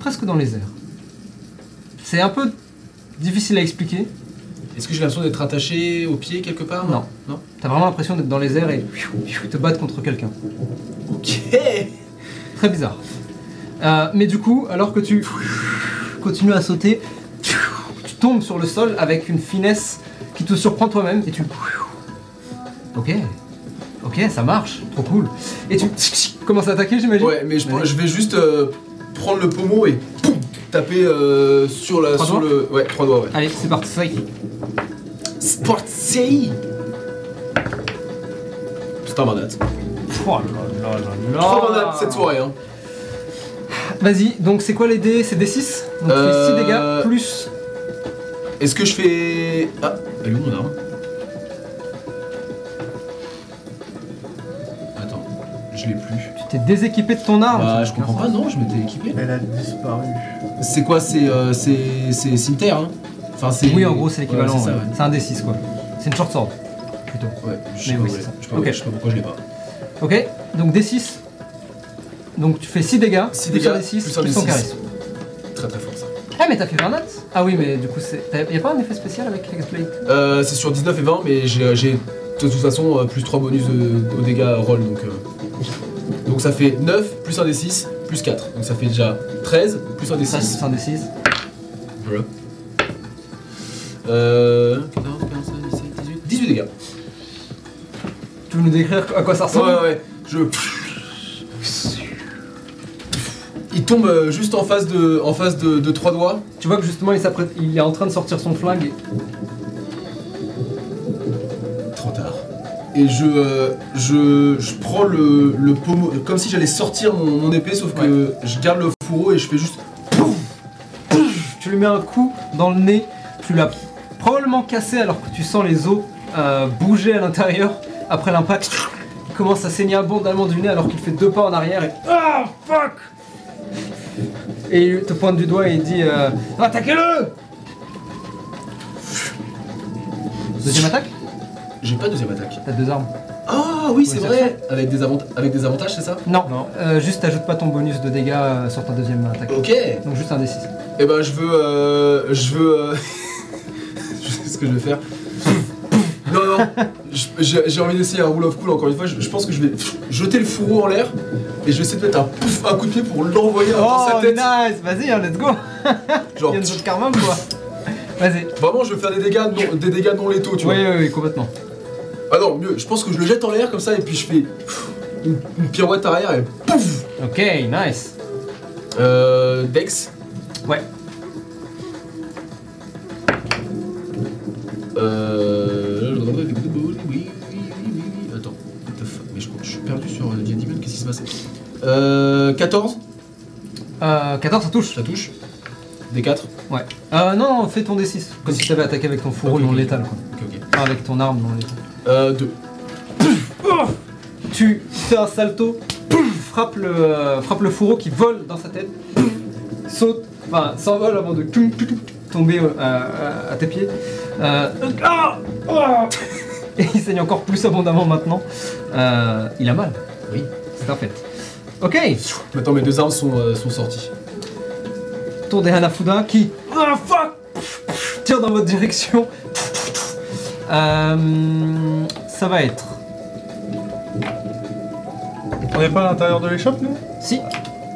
Presque dans les airs. C'est un peu difficile à expliquer, Est-ce que j'ai l'impression d'être attaché au pied quelque part Non. Non T'as vraiment l'impression d'être dans les airs et piou, piou, te battre contre quelqu'un. Ok Très bizarre. Euh, mais du coup, alors que tu continues à sauter, tu tombes sur le sol avec une finesse qui te surprend toi-même et tu. Ok, ok, ça marche, trop cool. Et tu commences à attaquer, j'imagine Ouais, mais je, Ouais. je vais juste euh, prendre le pommeau et poum, taper euh, sur, la, Trois sur doigts le. Ouais, trois doigts, ouais. Allez, c'est parti, ça y est. Sportsy C'est un mandat. Oh là là là là. Trois mandats cette soirée, hein. Vas-y, donc c'est quoi les dés C'est des 6 Donc Euh, tu fais 6 dégâts plus. Est-ce que je fais. Ah, elle est où mon arme Attends, je l'ai plus. Tu t'es déséquipé de ton arme Bah, je comprends pas, non, je m'étais équipé. Elle a disparu. C'est quoi C'est euh, c'est- c'est cimetière, hein Enfin, c'est. Oui, en gros, c'est l'équivalent. Ouais, c'est ça, ouais. ouais. C'est un D6, quoi. C'est une short sword, plutôt. Ouais, je sais Mais pas, oui, où c'est elle est. ça. Je sais pas, Ok. je sais pas pourquoi je l'ai pas. Ok, donc D6. Donc tu fais 6 dégâts, Six plus dégâts, un D6, plus un plus ton D6. charisme. Très très fort ça. Ah, mais t'as fait 20 notes Ah oui, mais du coup, c'est... t'as- y a pas un effet spécial avec l'Explode Euh, c'est sur 19 et 20, mais j'ai j'ai de toute façon euh, plus 3 bonus de- aux dégâts roll donc. euh. Donc ça fait 9 plus 1 des 6 plus 4. Donc ça fait déjà 13 plus 1 des Ça, Ah, c'est 6. un D6. Voilà. Euh. 14, 15, 17, 18. 18 dégâts. Tu veux nous décrire à quoi ça Ouais, ressemble ouais, ouais. Je. Il tombe euh, juste en face de, en face de, de trois doigts. Tu vois que justement, il, s'apprête- il est en train de sortir son flingue. et- Trop tard. Et je, euh, je, je prends le, le pommeau, euh, comme si j'allais sortir mon, mon épée, sauf que je garde le fourreau et je fais juste. Tu lui mets un coup dans le nez, tu l'as probablement cassé alors que tu sens les os euh, bouger à l'intérieur après l'impact. Il commence à saigner abondamment du nez alors qu'il fait deux pas en arrière et. Ah fuck Et il te pointe du doigt et il dit euh, Attaquez-le Deuxième attaque J'ai pas de deuxième attaque. T'as deux armes Ah oui, c'est c'est vrai Avec des, avant- avec des avantages, c'est ça Non, Euh, juste t'ajoutes pas ton bonus de dégâts euh, sur ta deuxième attaque. Ok Et Donc juste un D6. ben je veux. euh, je veux. euh, *laughs* je sais ce que je vais faire. non, non je- J'ai j'ai envie d'essayer un roll of cool encore une fois. Je, je pense que je vais jeter le fourreau en l'air et je vais essayer de mettre un pouf, un coup de pied pour l'envoyer dans sa tête. Oh, nice Vas-y, hein, let's go Il Genre, y a une autre karma ou *laughs* quoi Vas-y. vraiment, je vais faire des dégâts non, des dégâts non létaux, tu vois. Oui, oui, oui, complètement. Ah non, mieux, je pense que je le jette en l'air comme ça et puis je fais pff, une, une pirouette arrière et pouf Ok, nice. Euh. Dex Ouais. Euh... Attends, what the fuck, mais je, je suis perdu sur le D&D Man, qu'est-ce qui se passe euh, 14, Euh, 14, ça touche. ça touche. D4, Ouais. Euh, non, non, fais ton D6. Comme si t'avais attaqué avec ton fourreau Ok, non ok. létal, quoi. ok ok. Enfin, avec ton arme non létale. Euh, 2. Tu fais un salto, pouf, frappe le, euh, frappe le fourreau qui vole dans sa tête, pouf, saute, enfin s'envole avant de tum, tum, tum, tomber euh, à, à- à tes pieds. Euh, ah, *laughs* ah. et il saigne encore plus abondamment maintenant. Euh, il a mal. Oui. C'est un fait. Ok, Maintenant mes deux armes sont, euh, sont sorties. tour des Hanafuda qui ah, fuck, pouf, pouf, tire dans votre direction. Pouf, pouf, pouf. Euh, ça va être. On n'est pas à l'intérieur de l'échoppe, nous Si,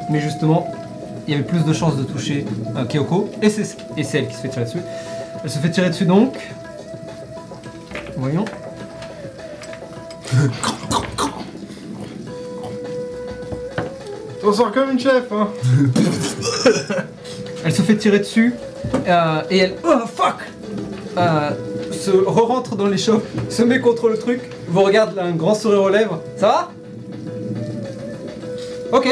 mais justement, il y avait plus de chances de toucher euh, Kyoko, et c'est et c'est elle qui se fait tirer dessus. Elle se fait tirer dessus donc. Voyons. On sort comme une chef, hein Elle se fait tirer dessus, euh, et elle. Oh fuck Euh, Se re-rentre dans les chocs, *laughs* se met contre le truc, vous regarde là, un grand sourire aux lèvres. Ça va Ok.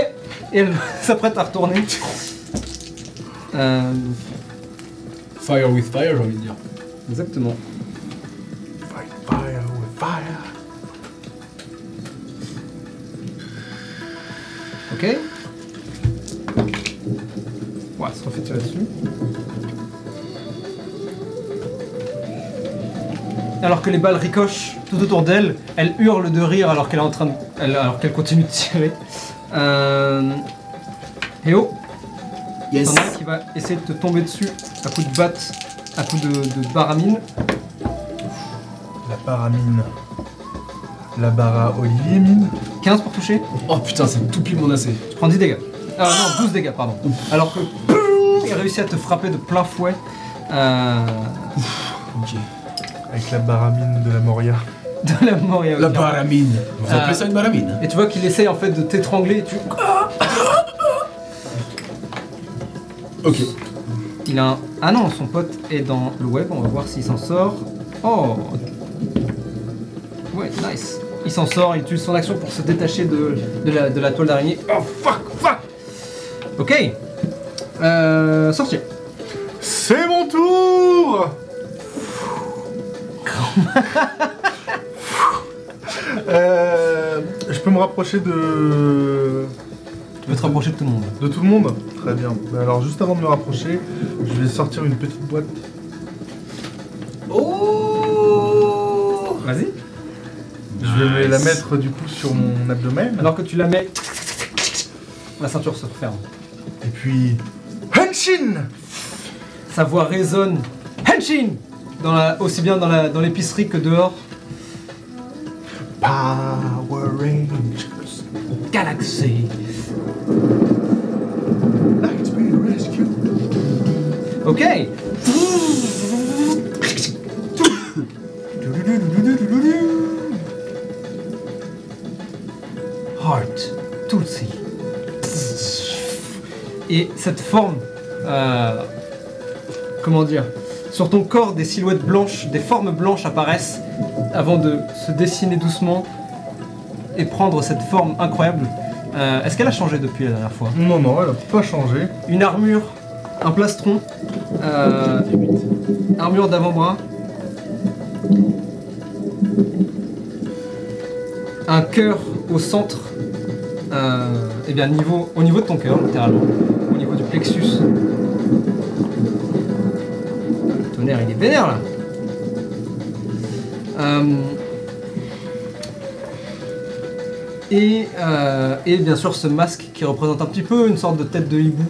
Et elle *laughs* s'apprête à retourner. Euh, Fire with fire, j'ai envie de dire. exactement. Fight fire with fire. Ok. Ouais, elle se refait tirer dessus. Alors que les balles ricochent tout autour d'elle, elle hurle de rire alors qu'elle est en train de, elle- alors qu'elle continue de tirer. Euh... Et oh, Yes. t'en as un qui va essayer de te tomber dessus à coup de batte, à coup de, de baramine. La paramine. La bara Olivier mine. 15 pour toucher, Oh putain, c'est tout pile mon AC. tu prends 10 dégâts. Ah non, 12 dégâts, pardon. Alors que boum, il réussit à te frapper de plein fouet. Euh... Ok. Avec la baramine de la Moria. de *laughs* la mort et à La aucun- baramine. Vous Ah. appelez ça une baramine Et tu vois qu'il essaye en fait de t'étrangler et tu. Ok. Il a un. Ah non, son pote est dans le web, on va voir s'il s'en sort. Oh Ouais, nice. Il s'en sort, il tue son action pour se détacher de, de la, de la toile d'araignée. Oh fuck, fuck Ok. Euh. Sortir. C'est mon tour Euh, je peux me rapprocher de... Tu peux te rapprocher de tout le monde. de tout le monde Très bien. Bah Alors juste avant de me rapprocher, je vais sortir une petite boîte. Oh Vas-y. Je vais Nice. la mettre du coup sur mon abdomen. Alors que tu la mets. La ceinture se referme. Et puis... Henshin Sa voix résonne Henshin dans la- aussi bien dans la- dans l'épicerie que dehors. Power Rangers. Galaxy. Lightspeed Rescue. Ok. Heart, Tulsi. Et cette forme, euh, comment dire, sur ton corps, des silhouettes blanches, des formes blanches apparaissent avant de se dessiner doucement et prendre cette forme incroyable. Euh, Est-ce qu'elle a changé depuis la dernière fois Non, non, elle a pas changé. une armure, un plastron, euh, armure d'avant-bras, un cœur au centre, et bien niveau, au niveau de ton cœur littéralement, au niveau du plexus. Le tonnerre il est vénère là. Euh, et, euh, et bien sûr ce masque qui représente un petit peu une sorte de tête de hibou.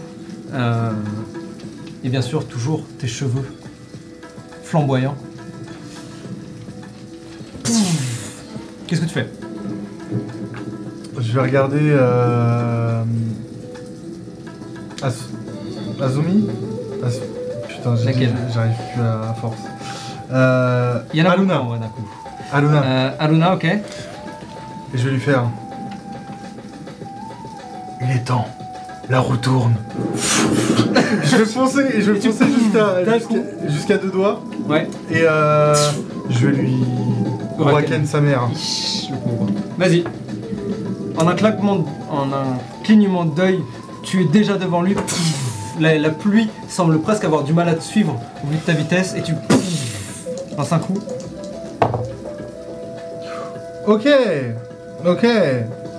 Euh, et bien sûr toujours tes cheveux flamboyants. Pouf. Qu'est-ce que tu fais Je vais regarder... Euh... As- Azumi As- Putain, j'ai- Laquelle j'arrive plus à force. Euh... Il y en a Aluna. beaucoup, ouais, d'un coup. Aluna. Euh, Aluna, ok. Et je vais lui faire. Il est temps La roue tourne. *laughs* Je vais foncer, et je vais foncer jusqu'à D'un jusqu'à- jusqu'à deux doigts Ouais. et euh, je vais lui Oracle. braquer sa mère. Je comprends. Vas-y. En un claquement, de- en un clignement d'œil, tu es déjà devant lui. La, la pluie semble presque avoir du mal à te suivre au vu de ta vitesse et tu lances un coup. Ok, ok,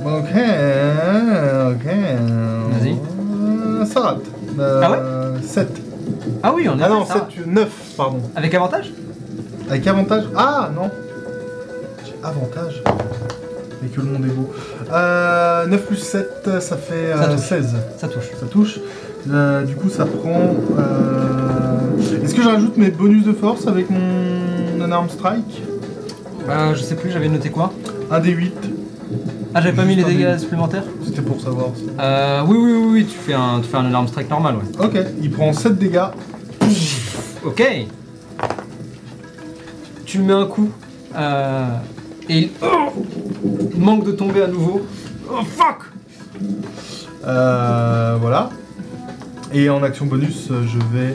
ok, ok. Vas-y. Euh, Ça rate. Euh, Ah 7. Ah oui, on est Ah non, 7, 9, pardon. Avec avantage Avec avantage Ah non J'ai avantage Et que le monde est beau. Euh, 9 plus 7, ça fait Ça euh, touche. 16. Ça touche. Ça touche. Euh, du coup, ça prend. euh, Est-ce que je rajoute mes bonus de force avec mon unarmed strike Euh, je sais plus, j'avais noté quoi Un des 8. Ah, j'avais pas mis les Juste un dégâts début. supplémentaires C'était pour savoir. ça. euh, oui, oui, oui, oui, tu fais un, tu fais un alarme strike normal, ouais. Ok, il prend 7 dégâts. Ok. Tu lui mets un coup. euh, et il oh Il manque de tomber à nouveau. Oh fuck Euh, voilà. Et en action bonus, euh, je vais.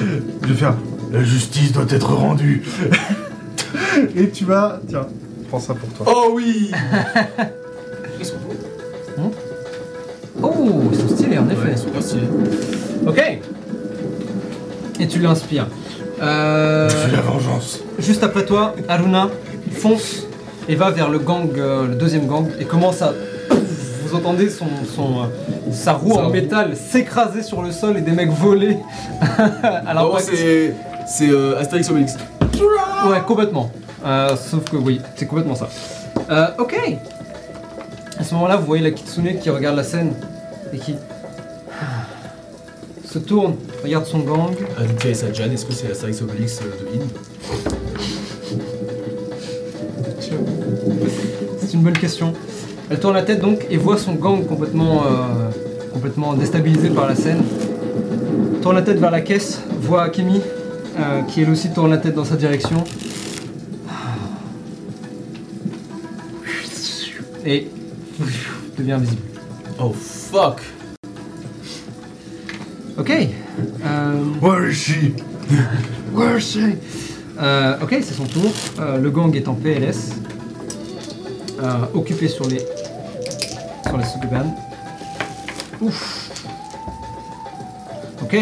euh, je vais faire. La justice doit être rendue. *laughs* Et tu vas. Tiens, prends ça pour toi. Oh oui Oh, ils sont stylés en effet. Ouais, super hein. stylé. Ok. Et tu l'inspires. Euh, Je suis la vengeance. juste après toi, Aruna fonce et va vers le gang, euh, le deuxième gang, et commence à. Vous entendez son, son, euh, sa roue Sa en roue. métal s'écraser sur le sol et des mecs voler. *laughs* à Alors, l'impact. Ah c'est. C'est euh, Astérix Obélix. Ouais, complètement. Euh, sauf que oui, c'est complètement ça. Euh, ok. À ce moment-là, vous voyez la Kitsune qui regarde la scène et qui se tourne, regarde son gang. Anouka et Sajan, est-ce que c'est Astérix Obélix euh, de Inde C'est une bonne question. Elle tourne la tête donc et voit son gang complètement, euh, complètement déstabilisé par la scène. Tourne la tête vers la caisse, voit Akemi euh, qui elle aussi tourne la tête dans sa direction. Et devient invisible. Oh fuck Ok. Euh, Where is she euh, ok, c'est son tour. Euh, le gang est en PLS. Euh, occupé sur les. sur les Sukuban. Ouf. Ok.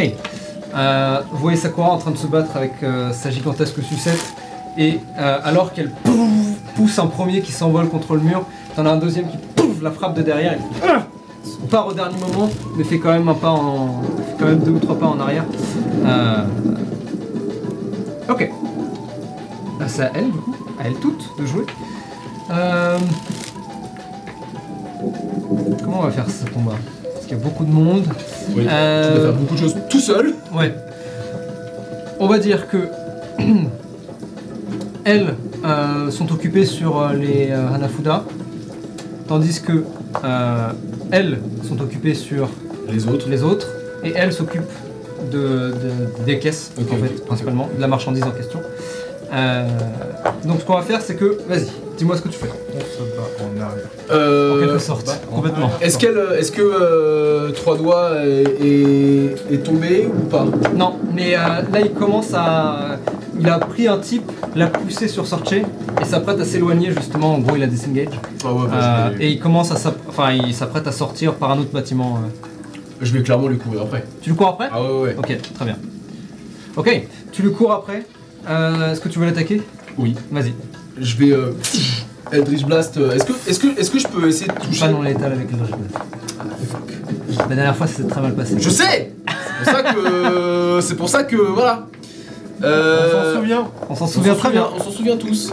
Euh, vous voyez Sakura en train de se battre avec euh, sa gigantesque sucette. Et euh, alors qu'elle pouf, pousse un premier qui s'envole contre le mur, t'en as un deuxième qui pouf, la frappe de derrière et qui ah, part au dernier moment, mais fait quand même un pas en. fait quand même deux ou trois pas en arrière. Euh, Ok. Ah, c'est à elle, du coup, à elle toute de jouer. Euh, Comment on va faire ce combat Parce qu'il y a beaucoup de monde. Oui, Euh, tu dois faire beaucoup de choses tout seul. Ouais. On va dire que *clears throat* elles euh, sont occupées sur euh, les euh, Hanafuda, tandis que euh, elles sont occupées sur Les autres. les autres, et elles s'occupent de, de- des caisses, Ok, en fait, ok. principalement, de la marchandise en question. Euh, donc ce qu'on va faire, c'est que, vas-y, dis-moi ce que tu fais, On se bat en arrière. en Euh, quelque sorte, complètement. Est-ce qu'elle, est-ce que euh, trois doigts est, est- est tombé ou pas Non, mais euh, là il commence à. Il a pris un type, l'a poussé sur Sorche et s'apprête à s'éloigner justement. En gros, il a disengage. Ah ouais, Euh, je, vais, et il commence à s'app- enfin, il s'apprête à sortir par un autre bâtiment. euh. je vais clairement lui courir après. Tu le cours après Ah ouais ouais. Ok, très bien. Ok, tu le cours après. Euh, Est-ce que tu veux l'attaquer Oui. Vas-y. Je vais euh, Eldritch Blast. euh, Est-ce que, est-ce que, est-ce que je peux essayer de toucher Pas non létal avec le fuck. La dernière fois, c'était très mal passé. Je sais. C'est pour ça que, euh, c'est pour ça que voilà. On Euh, s'en souvient On s'en souvient très bien. On s'en souvient tous.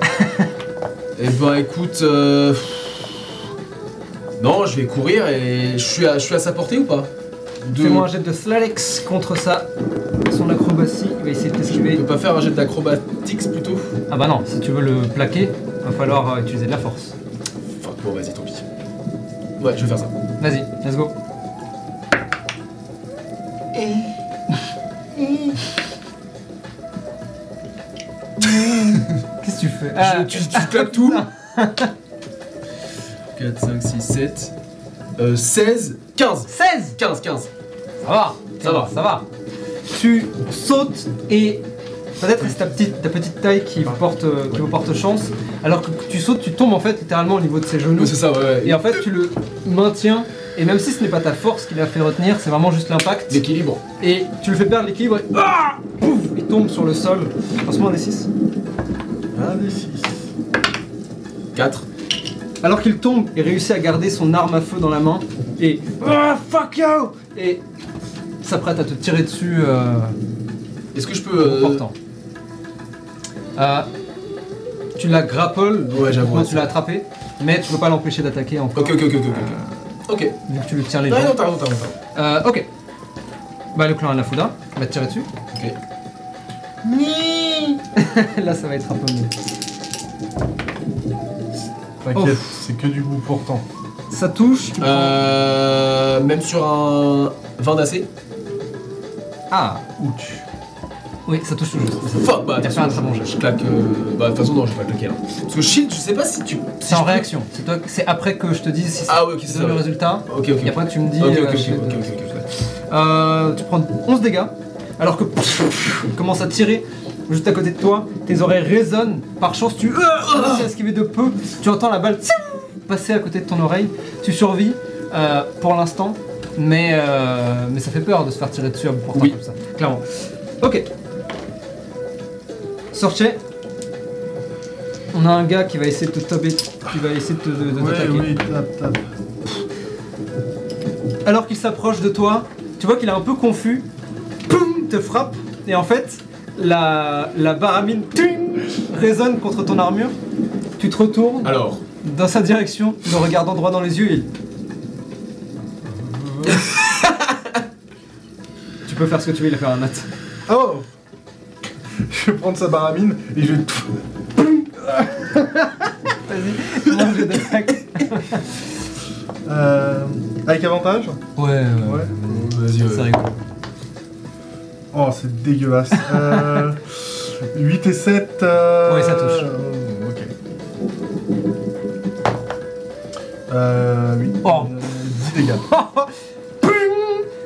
*laughs* Eh ben écoute. euh, Non, je vais courir et je suis à, je suis à sa portée ou pas De- Fais-moi un jet de Slalex contre ça. Son acrobatie, il va essayer de Je t'esquiver. peux pas faire un jet d'acrobatics plutôt Ah bah non, si tu veux le plaquer, va falloir euh, utiliser de la force. Fuck, bon vas-y, tant pis. Ouais, je vais faire ça. Vas-y, let's go. Qu'est-ce que tu fais Ah, Euh. Je- tu, tu claques tout 4, 5, 6, 7, euh, 16, 15 16 15, 15 Ça va Ça va. Ça va Tu sautes et peut-être c'est ta petite, ta petite taille qui, vous porte, euh, qui vous porte chance. Alors que tu sautes, tu tombes en fait littéralement au niveau de ses genoux. Ouais, c'est ça, ouais, ouais. Et en fait, tu le maintiens. Et même si ce n'est pas ta force qui l'a fait retenir, c'est vraiment juste l'impact. L'équilibre. Et tu le fais perdre l'équilibre et ah Pouf Il tombe sur le sol. Franchement, un des 6. Un des 6. 4. Alors qu'il tombe et réussit à garder son arme à feu dans la main et ah fuck you et s'apprête à te tirer dessus euh, Est-ce que je peux. euh, en portant. Euh, tu la grapples, Ouais, j'avoue, donc ouais, tu l'as attrapé, mais tu peux pas l'empêcher d'attaquer encore Ok, ok, ok, ok. ok. Ok. vu que tu lui tiens les Non, jambes. non, t'as raison, t'as raison. t'as raison. Euh, ok. Bah le clan à la fouda, va te tirer dessus. Ok. *laughs* Là ça va être un peu mieux. T'inquiète, Ouf. c'est que du bout portant. Ça touche. tu Euh, même sur un 20 d'AC prends- Ah, ouch. Oui, ça touche toujours. Fuck, bah, de toute T'as fait un très façon, bon je- jeu. Je claque. euh, bah, de toute façon, non, je vais pas claquer là. Parce que shield, je sais pas si tu. C'est en réaction. C'est toi- C'est après que je te dise si Ah, ouais, ok, c'est c'est le ça, ouais. résultat. Ok, ok. Et après tu me dis. Ok, ok, euh, ok, je- ok, ok, ok, ok. Euh, tu prends 11 dégâts, alors que il commence à tirer juste à côté de toi, tes oreilles résonnent, par chance tu réussis à esquiver de peu, tu entends la balle passer à côté de ton oreille, tu survis euh, pour l'instant, mais, euh, mais ça fait peur de se faire tirer dessus à bout portant Oui. comme ça, clairement. Ok. Sortez. On a un gars qui va essayer de te taper, qui va essayer de te de- de t'attaquer. tap, tap. Alors qu'il s'approche de toi, tu vois qu'il est un peu confus. Poum Te frappe. Et en fait, la, la baramine ting, résonne contre ton armure. Tu te retournes Alors, dans sa direction, le regardant droit dans les yeux. et il- tu peux faire ce que tu veux, il a fait un nat. Oh *laughs* Je vais prendre sa baramine et je vais. Vas-y, mange le d'attaque. Euh, avec avantage Ouais, ouais. Ouais. vas-y, euh, Ça ouais. rigole. Oh, c'est dégueulasse. *laughs* euh, 8 et 7. euh, Ouais, ça touche. euh, Ok. Euh, 8. Oh. 10 dégâts. Poum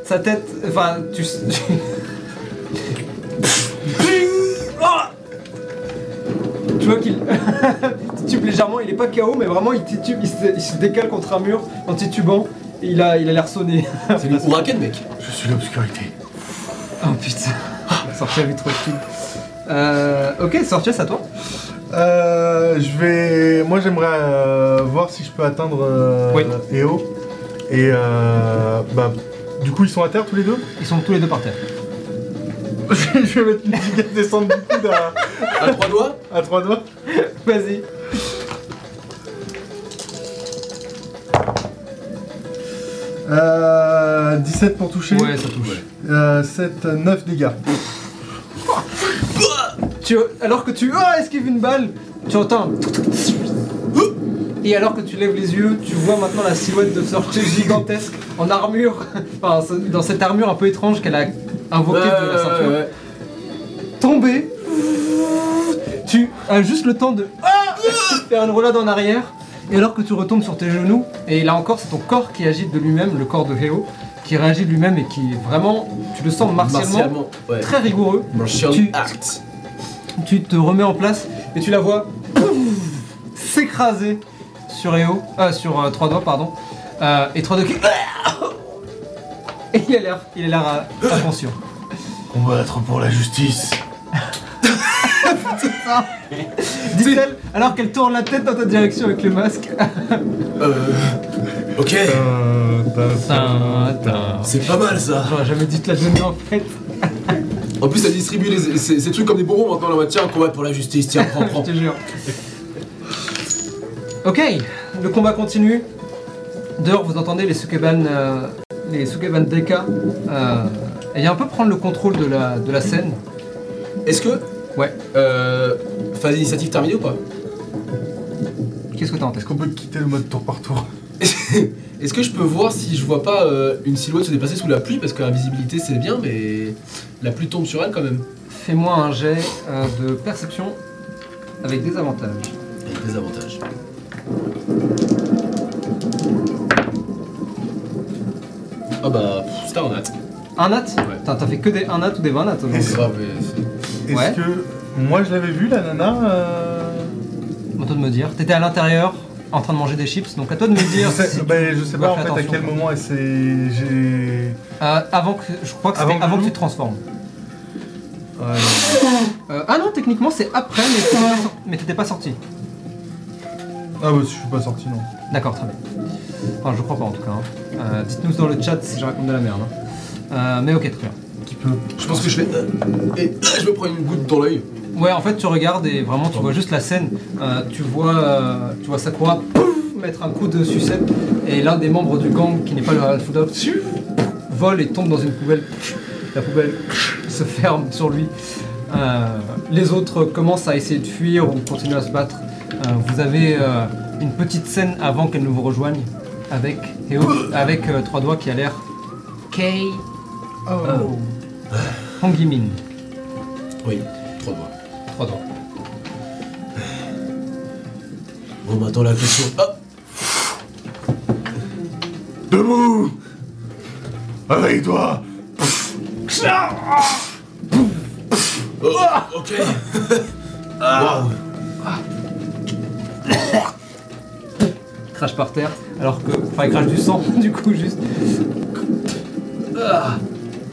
Sa tête. Enfin, tu. Poum Ah tu vois qu'il *laughs* titube légèrement, il est pas KO, mais vraiment il titube, il se, il se décale contre un mur en titubant. et il a il a l'air sonné. C'est une Huracan, mec. Je suis l'obscurité. oh putain. Sorti a vu trop de Euh. Ok, sorti c'est à toi. Euh, je vais. Moi, j'aimerais euh, voir si je peux atteindre euh, Oui. Eo. Et euh, bah, du coup, ils sont à terre tous les deux. *laughs* Ils sont tous les deux par terre. je vais mettre une petite descendre du coude à, À trois doigts à trois doigts. Vas-y. Euh, 17 pour toucher. Ouais, ça touche. Euh, 7, 9 dégâts. Tu, alors que tu ah, esquives une balle, tu entends un et alors que tu lèves les yeux, tu vois maintenant la silhouette de Sorche gigantesque en armure, *laughs* enfin ce- dans cette armure un peu étrange qu'elle a invoquée de la ceinture, Euh, ouais. tomber. Tu as juste le temps de ah, faire une roulade en arrière, et alors que tu retombes sur tes genoux, et là encore c'est ton corps qui agite de lui-même, le corps de Heo, qui réagit de lui-même et qui est vraiment, tu le sens martialement Martialement. Ouais. très rigoureux. Martial Tu- Act. Tu te remets en place et tu la vois *coughs* pouf, s'écraser sur Eo, euh, sur euh, trois doigts pardon, Euh, et trois doigts qui *coughs* et il a l'air, il a l'air euh, inconscient. Combattre pour la justice. *laughs* Dit-elle alors qu'elle tourne la tête dans ta direction avec le masque. Euh. Ok, c'est pas mal ça. J'aurais jamais dû te la donner en fait. En plus, elle distribue les, ces, ces trucs comme des bonbons maintenant. Là, tiens, combat pour la justice, tiens, prends, Je *laughs* prends. te jure. Ok, le combat continue. Dehors, vous entendez les Sukeban, euh, les Sukeban Deka euh, ayant un peu prendre le contrôle de la, de la scène. Est-ce que. Ouais. Euh. Phase initiative terminée ou pas Qu'est-ce que t'as en tête Est-ce qu'on peut quitter le mode tour par tour Est-ce que je peux voir si je vois pas euh, une silhouette se déplacer sous la pluie Parce que l'invisibilité c'est bien, mais la pluie tombe sur elle quand même. Fais-moi un jet euh, de perception avec des avantages. Avec des avantages. Ah bah, pff, star on a hâte. Un nat Putain, T'as fait que des 1 nat ou des 20 nat donc. *laughs* C'est grave, mais c'est- Est-ce Ouais. que moi je l'avais vu la nana euh, À toi de me dire. T'étais à l'intérieur en train de manger des chips, donc à toi de *laughs* me je dire. sais, si tu- bah, je sais dois pas en faire fait à attention, quel quoi. moment elle s'est. J'ai. Euh, avant que je crois que c'était Avant avant, que que je tu te transformes. Ouais. Euh, ah non, techniquement c'est après, mais t'étais pas sor- mais t'étais pas sorti. Ah bah si je suis pas sorti non. D'accord, très bien. Enfin, je crois pas en tout cas. hein. Euh, Dites-nous dans le chat si je raconte de la merde. hein. Euh, mais ok, très bien. Je pense que je euh, vais. *coughs* Et je me prends une goutte dans l'œil. Ouais, en fait, tu regardes et vraiment, tu vois juste la scène. Euh, tu vois, euh, tu vois Sakura pouf, mettre un coup de sucette et l'un des membres du gang qui n'est pas le Alfuda vole et tombe dans une poubelle. La poubelle se ferme sur lui. Euh, les autres commencent à essayer de fuir ou continuent à se battre. Euh, vous avez euh, une petite scène avant qu'elle ne vous rejoigne avec Théo, avec euh, trois doigts qui a l'air K. Oh. Hong Yimin. Oui, trois doigts. Trois doigts. Bon, maintenant la question. Ah Debout Réveille-toi Ok Waouh crache par terre, alors que. Enfin, il crache du sang, *laughs* du coup, juste. Ah,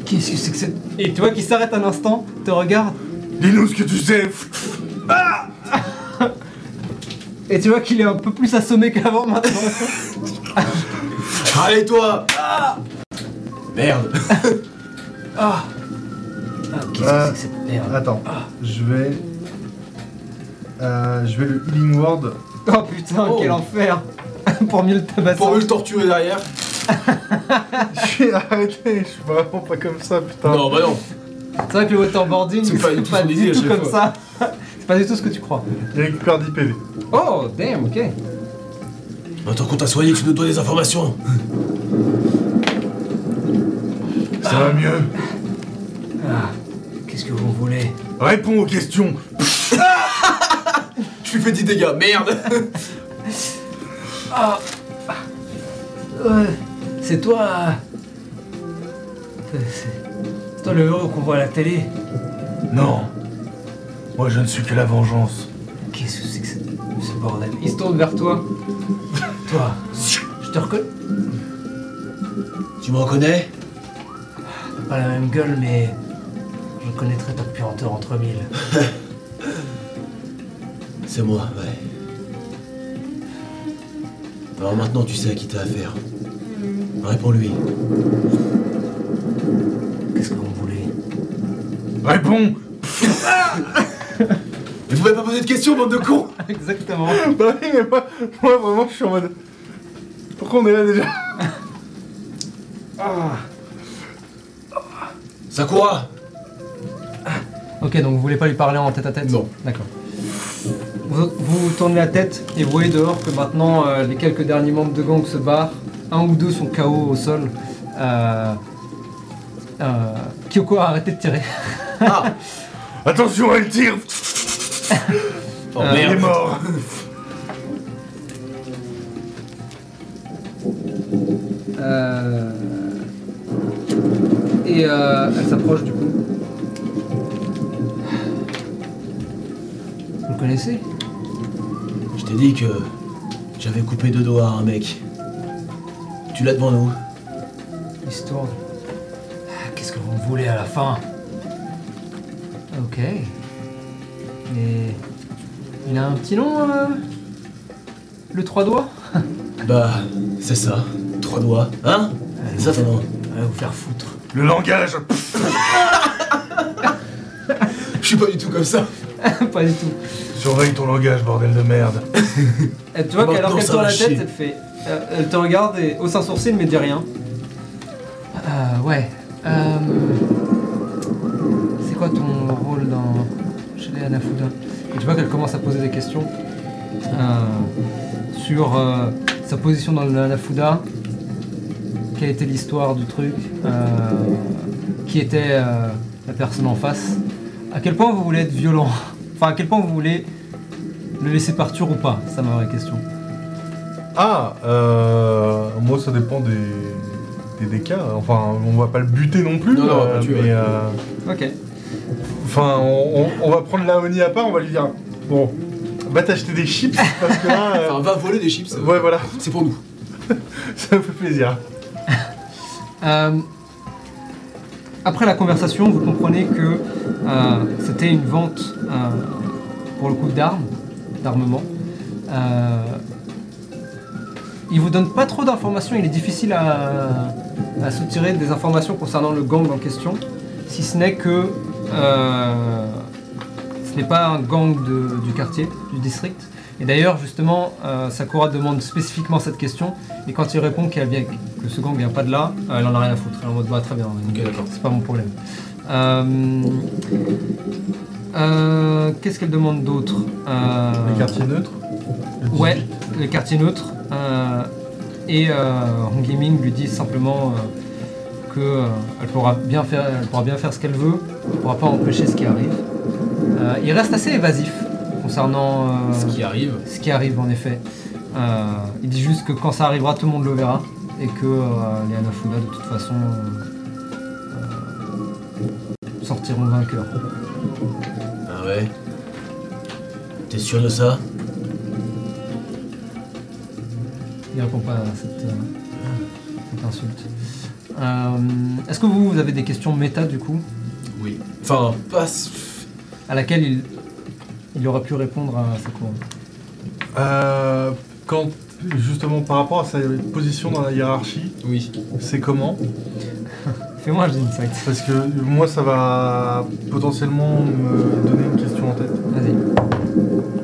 Qu'est-ce que c'est que cette. Et toi qui s'arrête un instant, te regarde, Dis-nous ce que tu sais et tu vois qu'il est un peu plus assommé *laughs* qu'avant maintenant. Allez, toi Ah Merde *laughs* Ah, Ah, Qu'est-ce que Euh, c'est que cette merde Attends, je vais. Euh, je vais le healing *laughs* word. Oh putain, Oh. quel enfer *laughs* Pour mieux le tabasser. Pour mieux le torturer derrière. je suis arrêté, je suis vraiment pas comme ça Ah. putain. Non, bah non. C'est vrai que le waterboarding, C'est pas du c'est tout pas son du idée à tout chaque comme ça. *laughs* fois. C'est pas du tout ce que tu crois. Il récupère 10 PV. Oh, damn, ok. Maintenant qu'on t'a soigné, tu nous donnes des informations Ça va mieux Qu'est-ce que vous voulez Réponds aux questions Je lui fais 10 dégâts, merde. Ouais, Euh, c'est toi. euh, C'est c'est toi le héros qu'on voit à la télé. Non Moi je ne suis que la vengeance. Qu'est-ce que c'est que ce, ce bordel Il se tourne vers toi. toi, je te reconnais. Tu me reconnais T'as pas la même gueule, mais je connaîtrai ta puanteur entre mille. C'est moi, ouais. Alors maintenant, tu sais à qui t'as affaire. Réponds-lui. Qu'est-ce que vous voulez Réponds Mais vous m'avez pas posé de questions, bande de *laughs* cons. Exactement. bah oui, mais moi, moi vraiment je suis en mode. Pourquoi on est là déjà Sakura Ok, donc vous voulez pas lui parler en tête à tête Non. D'accord. Vous, vous tournez la tête et vous voyez dehors que maintenant euh, les quelques derniers membres de gang se barrent. Un ou deux sont KO au sol. Euh, euh, Kyoko a arrêté de tirer. *laughs* Attention, elle tire Oh Euh, Il est merde. mort Euh, Et euh, elle s'approche du coup. Vous le connaissez Je t'ai dit que j'avais coupé deux doigts à un mec. Tu l'as devant nous. Il se tourne. Ah, Qu'est-ce que vous me voulez à la fin Ok. Et. Il a un petit nom, euh, le trois doigts *laughs* Bah, c'est ça. Trois doigts. Hein Euh, Allez, Ça, vous- ton nom. Allez vous faire foutre. Le langage Je suis pas du tout comme ça. Pas du tout. Surveille ton langage, bordel de merde Et tu vois Maintenant, qu'alors qu'elle ça tourne va la tête, chier. elle fait. euh, elle te regarde et hausse un sourcil mais dit rien. Euh, ouais. Euh, c'est quoi ton rôle dans chez les Anafuda Et tu vois qu'elle commence à poser des questions euh, sur euh, sa position dans le Anafuda, quelle était l'histoire du truc, euh, qui était euh, la personne en face, à quel point vous voulez être violent, enfin à quel point vous voulez le laisser partir ou pas C'est ma vraie question. Ah, euh, moi ça dépend des, des, des cas. Enfin, on va pas le buter non plus. Non, non, on va pas le tuer, mais, ouais. euh, Ok. Enfin, on, on- on va prendre Laoni à part, on va lui dire Bon, va t'acheter des chips parce que là. euh, Enfin, va voler des chips. euh, *laughs* ouais, voilà, *laughs* C'est pour nous. ça me fait plaisir. Euh, après la conversation, vous comprenez que euh, c'était une vente euh, pour le coup d'armes, d'armement. Euh, il vous donne pas trop d'informations, il est difficile à, à soutirer des informations concernant le gang en question, si ce n'est que euh, ce n'est pas un gang de- du quartier, du district. Et d'ailleurs, justement, euh, Sakura demande spécifiquement cette question, et quand il répond qu'elle vient, que ce gang vient pas de là, euh, elle en a rien à foutre. Elle est en mode bah très bien, Ok, d'accord. c'est pas mon problème. Euh, euh, Qu'est-ce qu'elle demande d'autre Euh, Les quartiers neutres le Ouais, 18. le quartier neutre. euh, et euh, Hong Gaming lui dit simplement euh, que euh, elle pourra bien faire, elle pourra bien faire ce qu'elle veut, elle pourra pas empêcher ce qui arrive. Euh, il reste assez évasif concernant euh, Ce qui arrive. ce qui arrive en effet. Euh, il dit juste que quand ça arrivera, tout le monde le verra et que euh, les Hanafuda de toute façon euh, euh, sortiront vainqueurs. Ah ouais T'es sûr de ça Il répond pas à cette, euh, cette insulte. Euh, Est-ce que vous, vous avez des questions méta du coup Oui. Enfin, pas. s- à laquelle il, il aurait pu répondre à Sakura Euh, quand, justement, par rapport à sa position dans la hiérarchie, Oui. c'est comment Fais-moi un jet d'insight. Parce que moi, ça va potentiellement me donner une question en tête. Vas-y.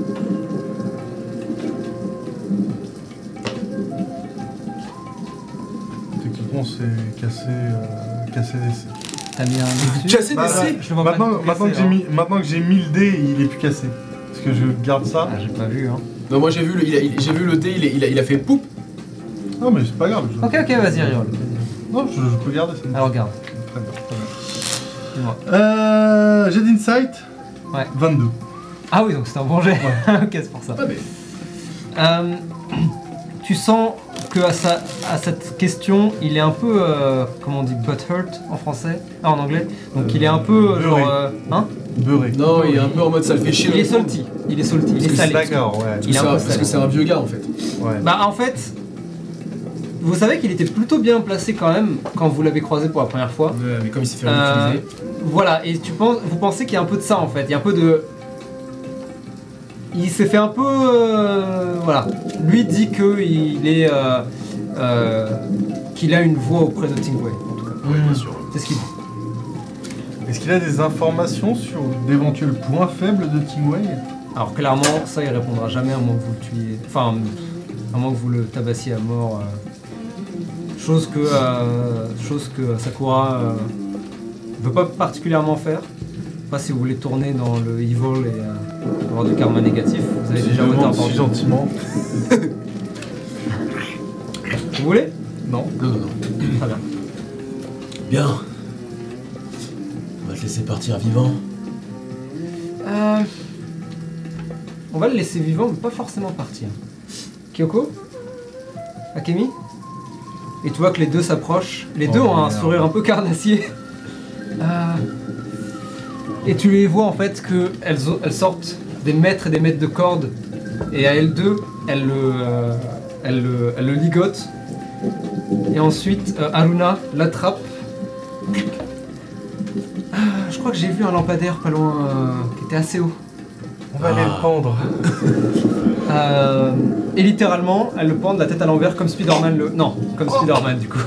Techniquement, c'est casser, euh, casser les T'as mis un dé dessus Ah, Casser Bah, des ouais. C Je le vois pas Maintenant, du tout maintenant que casser, j'ai hein. mis- maintenant que j'ai mis le dé, il est plus cassé. Parce que je garde ça. Ah, j'ai pas vu, hein. Non, moi j'ai vu, le- il a- il- j'ai vu le dé, il a, il a- il a fait poup. Non, mais c'est pas grave. je- Ok, Ah, ok, vas-y, Riol. Non, je, je peux garder ça. me Alors, regarde. fait très bien, très bien. Dis-moi. Euh, j'ai d'insight. Ouais. 22. Ah oui, donc c'était un bon jet. *laughs* ok, c'est pour ça. Ah, mais. Euh, tu sens que à, sa- à cette question, il est un peu, euh, comment on dit, butthurt en français, ah, en anglais. Donc il est un peu, euh, genre, Beurré. euh, hein Beurré. Non, il est un peu en mode ça le fait chier. Il de est répondre. salty, il est salty, il Parce est que c'est- salé. D'accord, ouais. Il est un Parce que c'est un- Parce peu salé. que c'est un vieux gars en fait. ouais. Bah en fait, vous savez qu'il était plutôt bien placé quand même quand vous l'avez croisé pour la première fois. Ouais, mais comme il s'est fait Euh, réutiliser. voilà, et tu penses, vous pensez qu'il y a un peu de ça en fait, il y a un peu de... Il s'est fait un peu... euh, voilà, lui dit que il est... euh, euh, qu'il a une voix auprès de Tingwei, en tout cas. Ouais, bien sûr. C'est ce qu'il dit. Est-ce qu'il a des informations sur d'éventuels points faibles de Kingway Alors clairement, ça il répondra jamais à moins que vous le tuiez. Enfin, à moins que vous le tabassiez à mort. euh, Chose que, euh, chose que Sakura euh, veut pas particulièrement faire. Pas si vous voulez tourner dans le evil et euh, avoir du karma négatif, vous avez Si déjà je voté un demande parti. si gentiment. Vous voulez Non, non, non. Très bien. Bien. On va te laisser partir vivant. Euh, on va le laisser vivant, mais pas forcément partir. Kyoko Akemi Et tu vois que les deux s'approchent. Les deux ont un sourire un peu carnassier. Euh, et tu les vois en fait qu'elles elles sortent des mètres et des mètres de cordes. Et à elles deux, elles le, euh, elles le, elles le ligotent. Et ensuite, euh, Aruna l'attrape Ah, je crois que j'ai vu un lampadaire pas loin euh, qui était assez haut. On va aller Ah. le pendre. Euh, et littéralement, elle le pend de la tête à l'envers comme Spider-Man le. Non, comme Oh. Spider-Man du coup.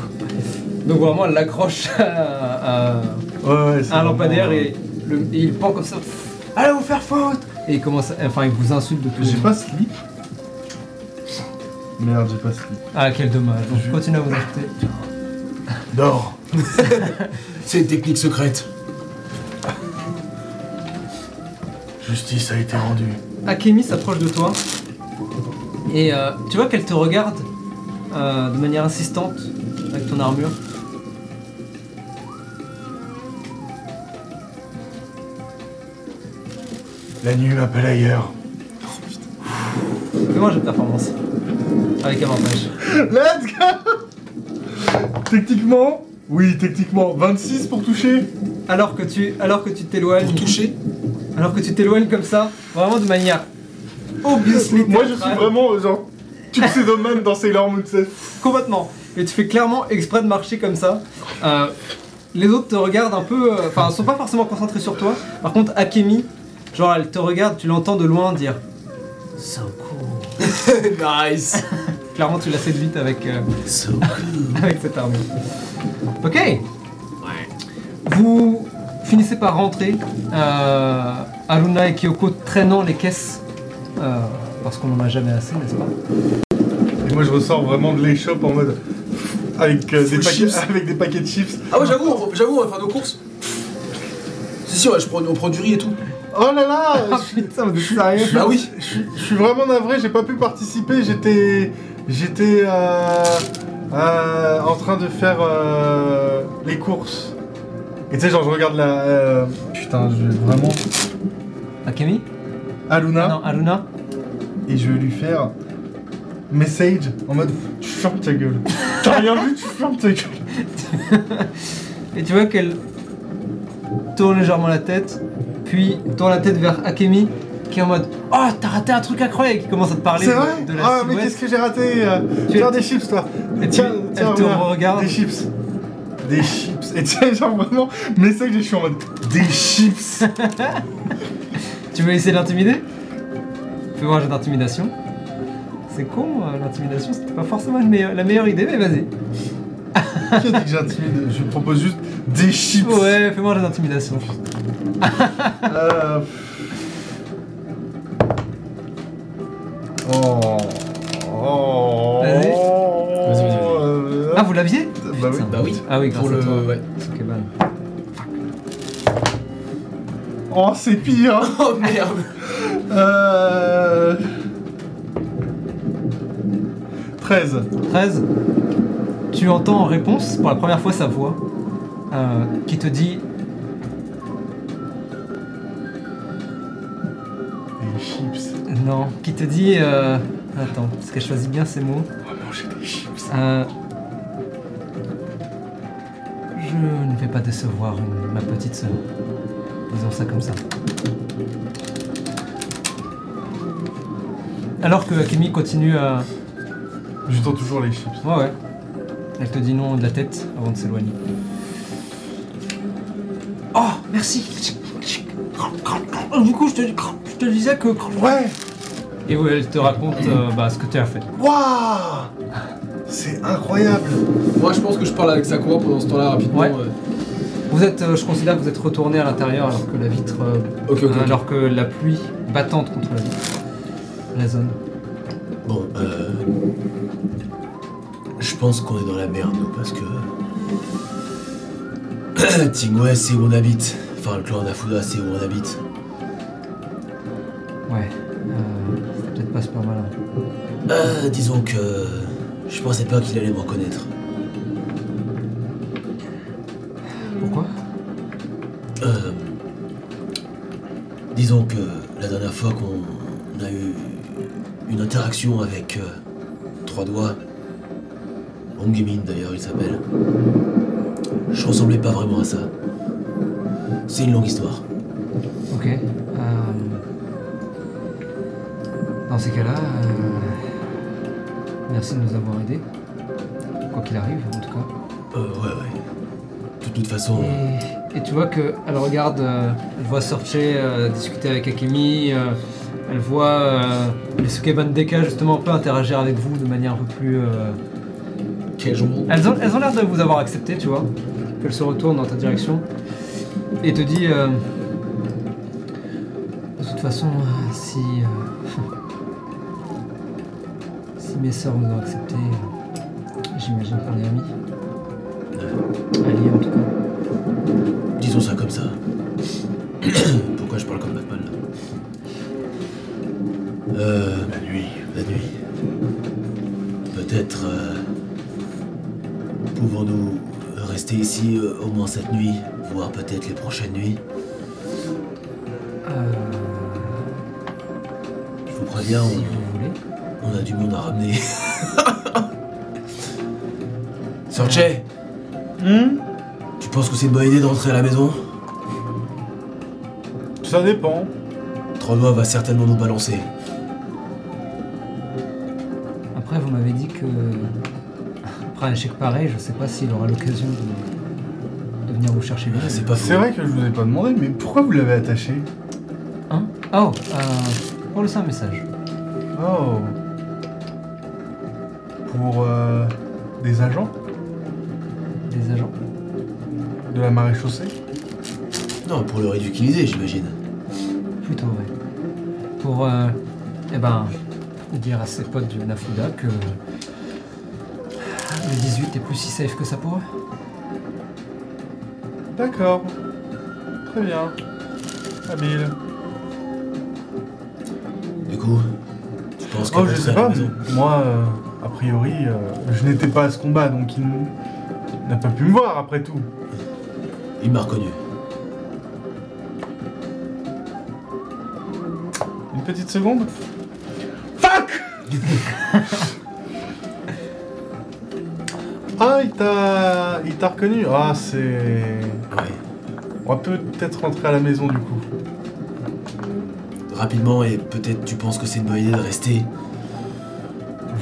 Donc vraiment, elle l'accroche à, à- Ouais, ouais, c'est à un vraiment, Ah, lampadaire euh, et, le- et il pend comme ça. Allez vous faire faute Et il commence. à- Enfin, il vous insulte de tous les J'ai noms. pas slip. Merde, j'ai pas slip. Ah, quel dommage. Donc, Je- continue à vous insulter. Dors *laughs* C'est une technique secrète. Justice a été rendue. Akemi s'approche de toi et euh, tu vois qu'elle te regarde euh, de manière insistante avec ton armure. La nuit m'appelle ailleurs. Fais-moi j'ai de performance. Avec avantage. Let's go Techniquement, oui, techniquement, 26 pour toucher. Alors que tu, alors que tu t'éloignes, Pour toucher alors que tu t'éloignes comme ça, vraiment de manière obviously Moi, je suis théâtrale, vraiment euh, genre Tuxedo Man dans Sailor Moon 7. complètement. Et tu fais clairement exprès de marcher comme ça. Euh, les autres te regardent un peu, euh, enfin, sont pas forcément concentrés sur toi. Par contre, Akemi, genre, elle te regarde, tu l'entends de loin dire. So cool. Nice Clairement, tu l'as séduite avec. euh, So *laughs* avec cette armure. Ok. Vous finissez par rentrer, euh, Aruna et Kyoko traînant les caisses, euh, parce qu'on n'en a jamais assez, n'est-ce pas Et moi, je ressors vraiment de l'échoppe en mode. Avec, euh, des Full paquets, chips. *laughs* avec des paquets de chips. Ah ouais, j'avoue, on- j'avoue, on va faire nos courses. Si, si, ouais, je prends, on prend du riz et tout. Oh là *laughs* là je- Putain, mais sérieux Ah oui Je suis- je suis vraiment navré, j'ai pas pu participer, j'étais. J'étais euh, euh, en train de faire euh, les courses. Et tu sais, genre, je regarde la. euh, putain, je vais vraiment. Akemi Aluna, Ah Non, Aruna et je vais lui faire. Message en mode tu fermes ta gueule. T'as rien vu, tu fermes ta gueule. Et tu vois qu'elle tourne légèrement la tête, puis tourne la tête vers Akemi, qui est en mode Oh, t'as raté un truc incroyable Qui commence à te parler C'est vrai de, de la Ah, mais silhouette. qu'est-ce que j'ai raté euh, Tu- Tiens, des chips, toi. Et tu- tiens, elle tiens, te regarde, regarde. Des chips. Des chips. Et tu sais, genre vraiment, message, je suis en mode des chips. Tu veux essayer de l'intimider Fais voir un jeu d'intimidation. C'est con, euh, l'intimidation, c'était pas forcément le meilleur- la meilleure idée, mais vas-y. Qui a dit que j'intimide Je propose juste des chips. Ouais, fais-moi un jeu d'intimidation. Euh, Oh. Oh. Vas-y. Vas-y, vas-y, vas-y. Euh, Ah, vous l'aviez bah oui. Putain. Bah oui. Ah oui, grâce Pour à le. toi. Ouais. Ok, bah. Oh, c'est pire. Oh merde Euh... 13. 13. Tu entends en réponse, pour la première fois, sa voix euh, qui te dit Des chips. Non, qui te dit. euh, Attends, parce qu'elle choisit bien ses mots. On va manger des chips. Euh, Je ne vais pas décevoir une- ma petite sœur. Disons ça comme ça. Alors que Akemi continue à. Je tends toujours les chips. Ouais, ouais. Elle te dit non de la tête avant de s'éloigner. Oh, merci Du coup, je te, je te disais que. Ouais Et ouais, elle te raconte euh, bah, ce que tu as fait. Waouh C'est incroyable Moi, je pense que je parle avec Sakura pendant ce temps-là rapidement. Ouais. euh. Vous êtes, euh, je considère que vous êtes retourné à l'intérieur alors que la vitre, euh, Ok, ok. ok. alors que la pluie battante contre la vitre, la zone. Bon, euh. Je pense qu'on est dans la merde, nous, parce que. *coughs* Tingwe, c'est où on habite. Enfin, le clan d'Afuda, c'est où on habite. Ouais, euh, c'était peut-être pas super malin. Euh, disons que. Je pensais pas qu'il allait me reconnaître. Pourquoi Euh, disons que la dernière fois qu'on a eu une interaction avec euh, Trois Doigts, Ongemin d'ailleurs il s'appelle, je ressemblais pas vraiment à ça. C'est une longue histoire. Ok. euh, Dans ces cas-là, euh, merci de nous avoir aidés, quoi qu'il arrive en tout cas. Euh, ouais, ouais. De toute façon, Et, et tu vois qu'elle regarde, euh, elle voit Sorche euh, discuter avec Akemi, euh, elle voit euh, les Sukeban Deka justement un peu interagir avec vous de manière un peu plus. euh, Quel jour Elles ont elles ont l'air de vous avoir accepté, tu vois, qu'elles se retournent dans ta direction et te dit. euh, de toute façon, euh, si. euh, *laughs* si mes sœurs vous ont accepté, euh, j'imagine qu'on est amis. Alliés en tout cas. disons ça comme ça. *coughs* Pourquoi je parle comme Batman là Euh, La nuit. La nuit. Peut-être euh, pouvons-nous rester ici euh, au moins cette nuit, voire peut-être les prochaines nuits. Euh, Je vous préviens, si on, vous voulez. on a du monde à ramener. *laughs* Sorche, Hmm, Tu penses que c'est une bonne idée de rentrer à la maison ça dépend. Trenois va certainement nous balancer. Après, vous m'avez dit que. Après un échec pareil, je sais pas s'il aura l'occasion de... de venir vous chercher. Ah, C'est pas faux. C'est vrai que je vous ai pas demandé, mais pourquoi vous l'avez attaché Hein Oh, euh, pour laisser un message. Oh. Pour euh, des agents Des agents. de la marée chaussée Non, pour le ridiculiser, j'imagine. Plutôt, ouais. Pour, euh, eh ben, dire à ses potes du Nafuda que le 18 est plus si safe que ça pour eux. D'accord. Très bien. Habile. Du coup, tu penses qu'elle Oh, va je rentrer sais à la pas. maison Moi, euh, a priori, euh, je n'étais pas à ce combat, donc il n- n'a pas pu me voir après tout. Il m'a reconnu. Une petite seconde Fuck Ah, il t'a, il t'a reconnu. Ah, c'est. Ouais. On va peut-être rentrer à la maison du coup. Rapidement, et peut-être tu penses que c'est une bonne idée de rester.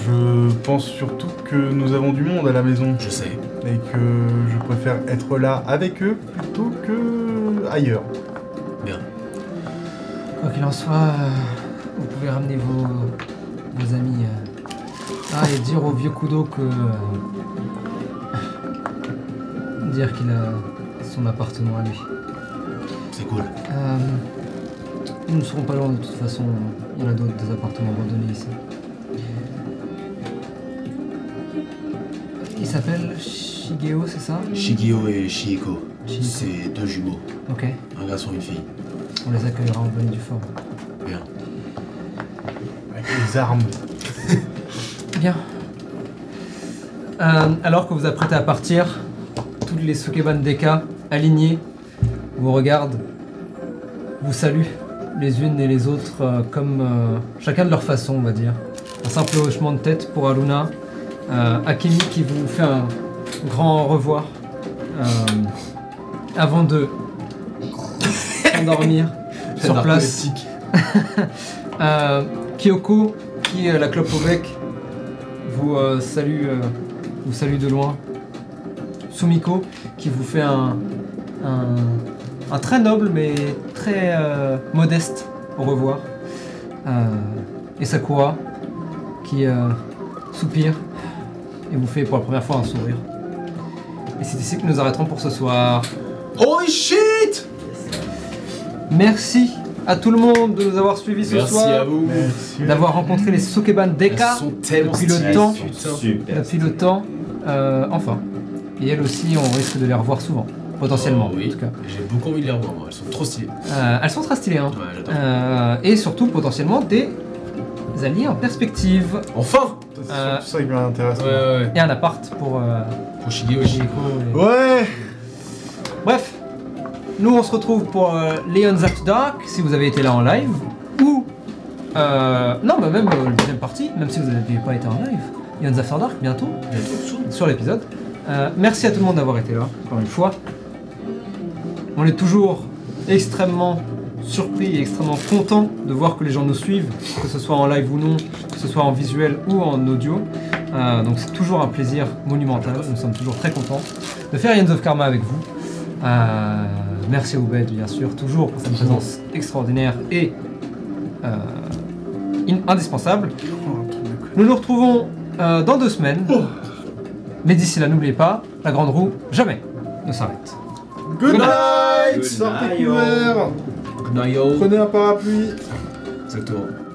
Je pense surtout que nous avons du monde à la maison Je sais. et que je préfère être là avec eux plutôt que ailleurs. Quoi qu'il en soit, euh, vous pouvez ramener vos, vos amis. euh. Ah, et dire au vieux Kudo que. euh, *laughs* dire qu'il a son appartement à lui. C'est cool. Euh, nous ne serons pas loin de toute façon, il y en a d'autres des appartements abandonnés ici. Il s'appelle Shigeo, c'est ça Shigio et Shieko, Shieko. c'est deux jumeaux, Ok, un garçon et une fille. on les accueillera en bonne et due forme. Bien. Avec les armes. Bien. Euh, alors que vous apprêtez à partir, toutes les Sukeban Deka alignées vous regardent, vous saluent les unes et les autres euh, comme euh, chacun de leur façon, on va dire. Un simple hochement de tête pour Aluna, euh, Akemi qui vous fait un grand au revoir euh, avant de s'endormir sur place. Euh, Kyoko, qui est la clope au bec, vous euh, salue, euh, vous salue de loin. Sumiko, qui vous fait un, un, un très noble mais très euh, modeste au revoir. Euh, et Sakura, qui euh, soupire et vous fait pour la première fois un sourire. Et c'est ici que nous arrêterons pour ce soir. Holy shit Merci à tout le monde de nous avoir suivis ce Merci soir. à vous. Merci. D'avoir rencontré les Sokeban Deka. Elles sont tellement depuis le stylées. temps. Putain. Super. depuis le temps, euh, enfin. Et elles aussi, on risque de les revoir souvent, potentiellement Oh, oui. en tout cas. J'ai beaucoup envie de les revoir, moi. Elles sont trop stylées. Euh, elles sont très stylées, hein. Ouais, j'adore. Euh, et surtout, potentiellement, des alliés en perspective. Enfin C'est surtout Euh, ça qui m'intéresse. Ouais, ouais, Et un appart pour euh, ouais. Pour Shigeo et Shigeko. Chieko et- Oh. Ouais. Bref, nous on se retrouve pour euh, Leon's After Dark, si vous avez été là en live, ou... euh, non, mais même euh, la deuxième partie, même si vous n'avez pas été en live, Leon's After Dark, bientôt, sur l'épisode. Euh, merci à tout le monde d'avoir été là, encore une fois. On est toujours extrêmement surpris et extrêmement content de voir que les gens nous suivent, que ce soit en live ou non, que ce soit en visuel ou en audio. Euh, donc c'est toujours un plaisir monumental, nous sommes toujours très contents de faire Yens of Karma avec vous. Euh, merci à Oubed, bien sûr, toujours pour sa présence extraordinaire et euh, in- indispensable. Oh, Nous nous retrouvons euh, dans deux semaines. Mais d'ici là, n'oubliez pas, la grande roue, jamais ne s'arrête. Good night Good Sortez night, yo. couverts Good night, yo. Prenez un parapluie Exactement.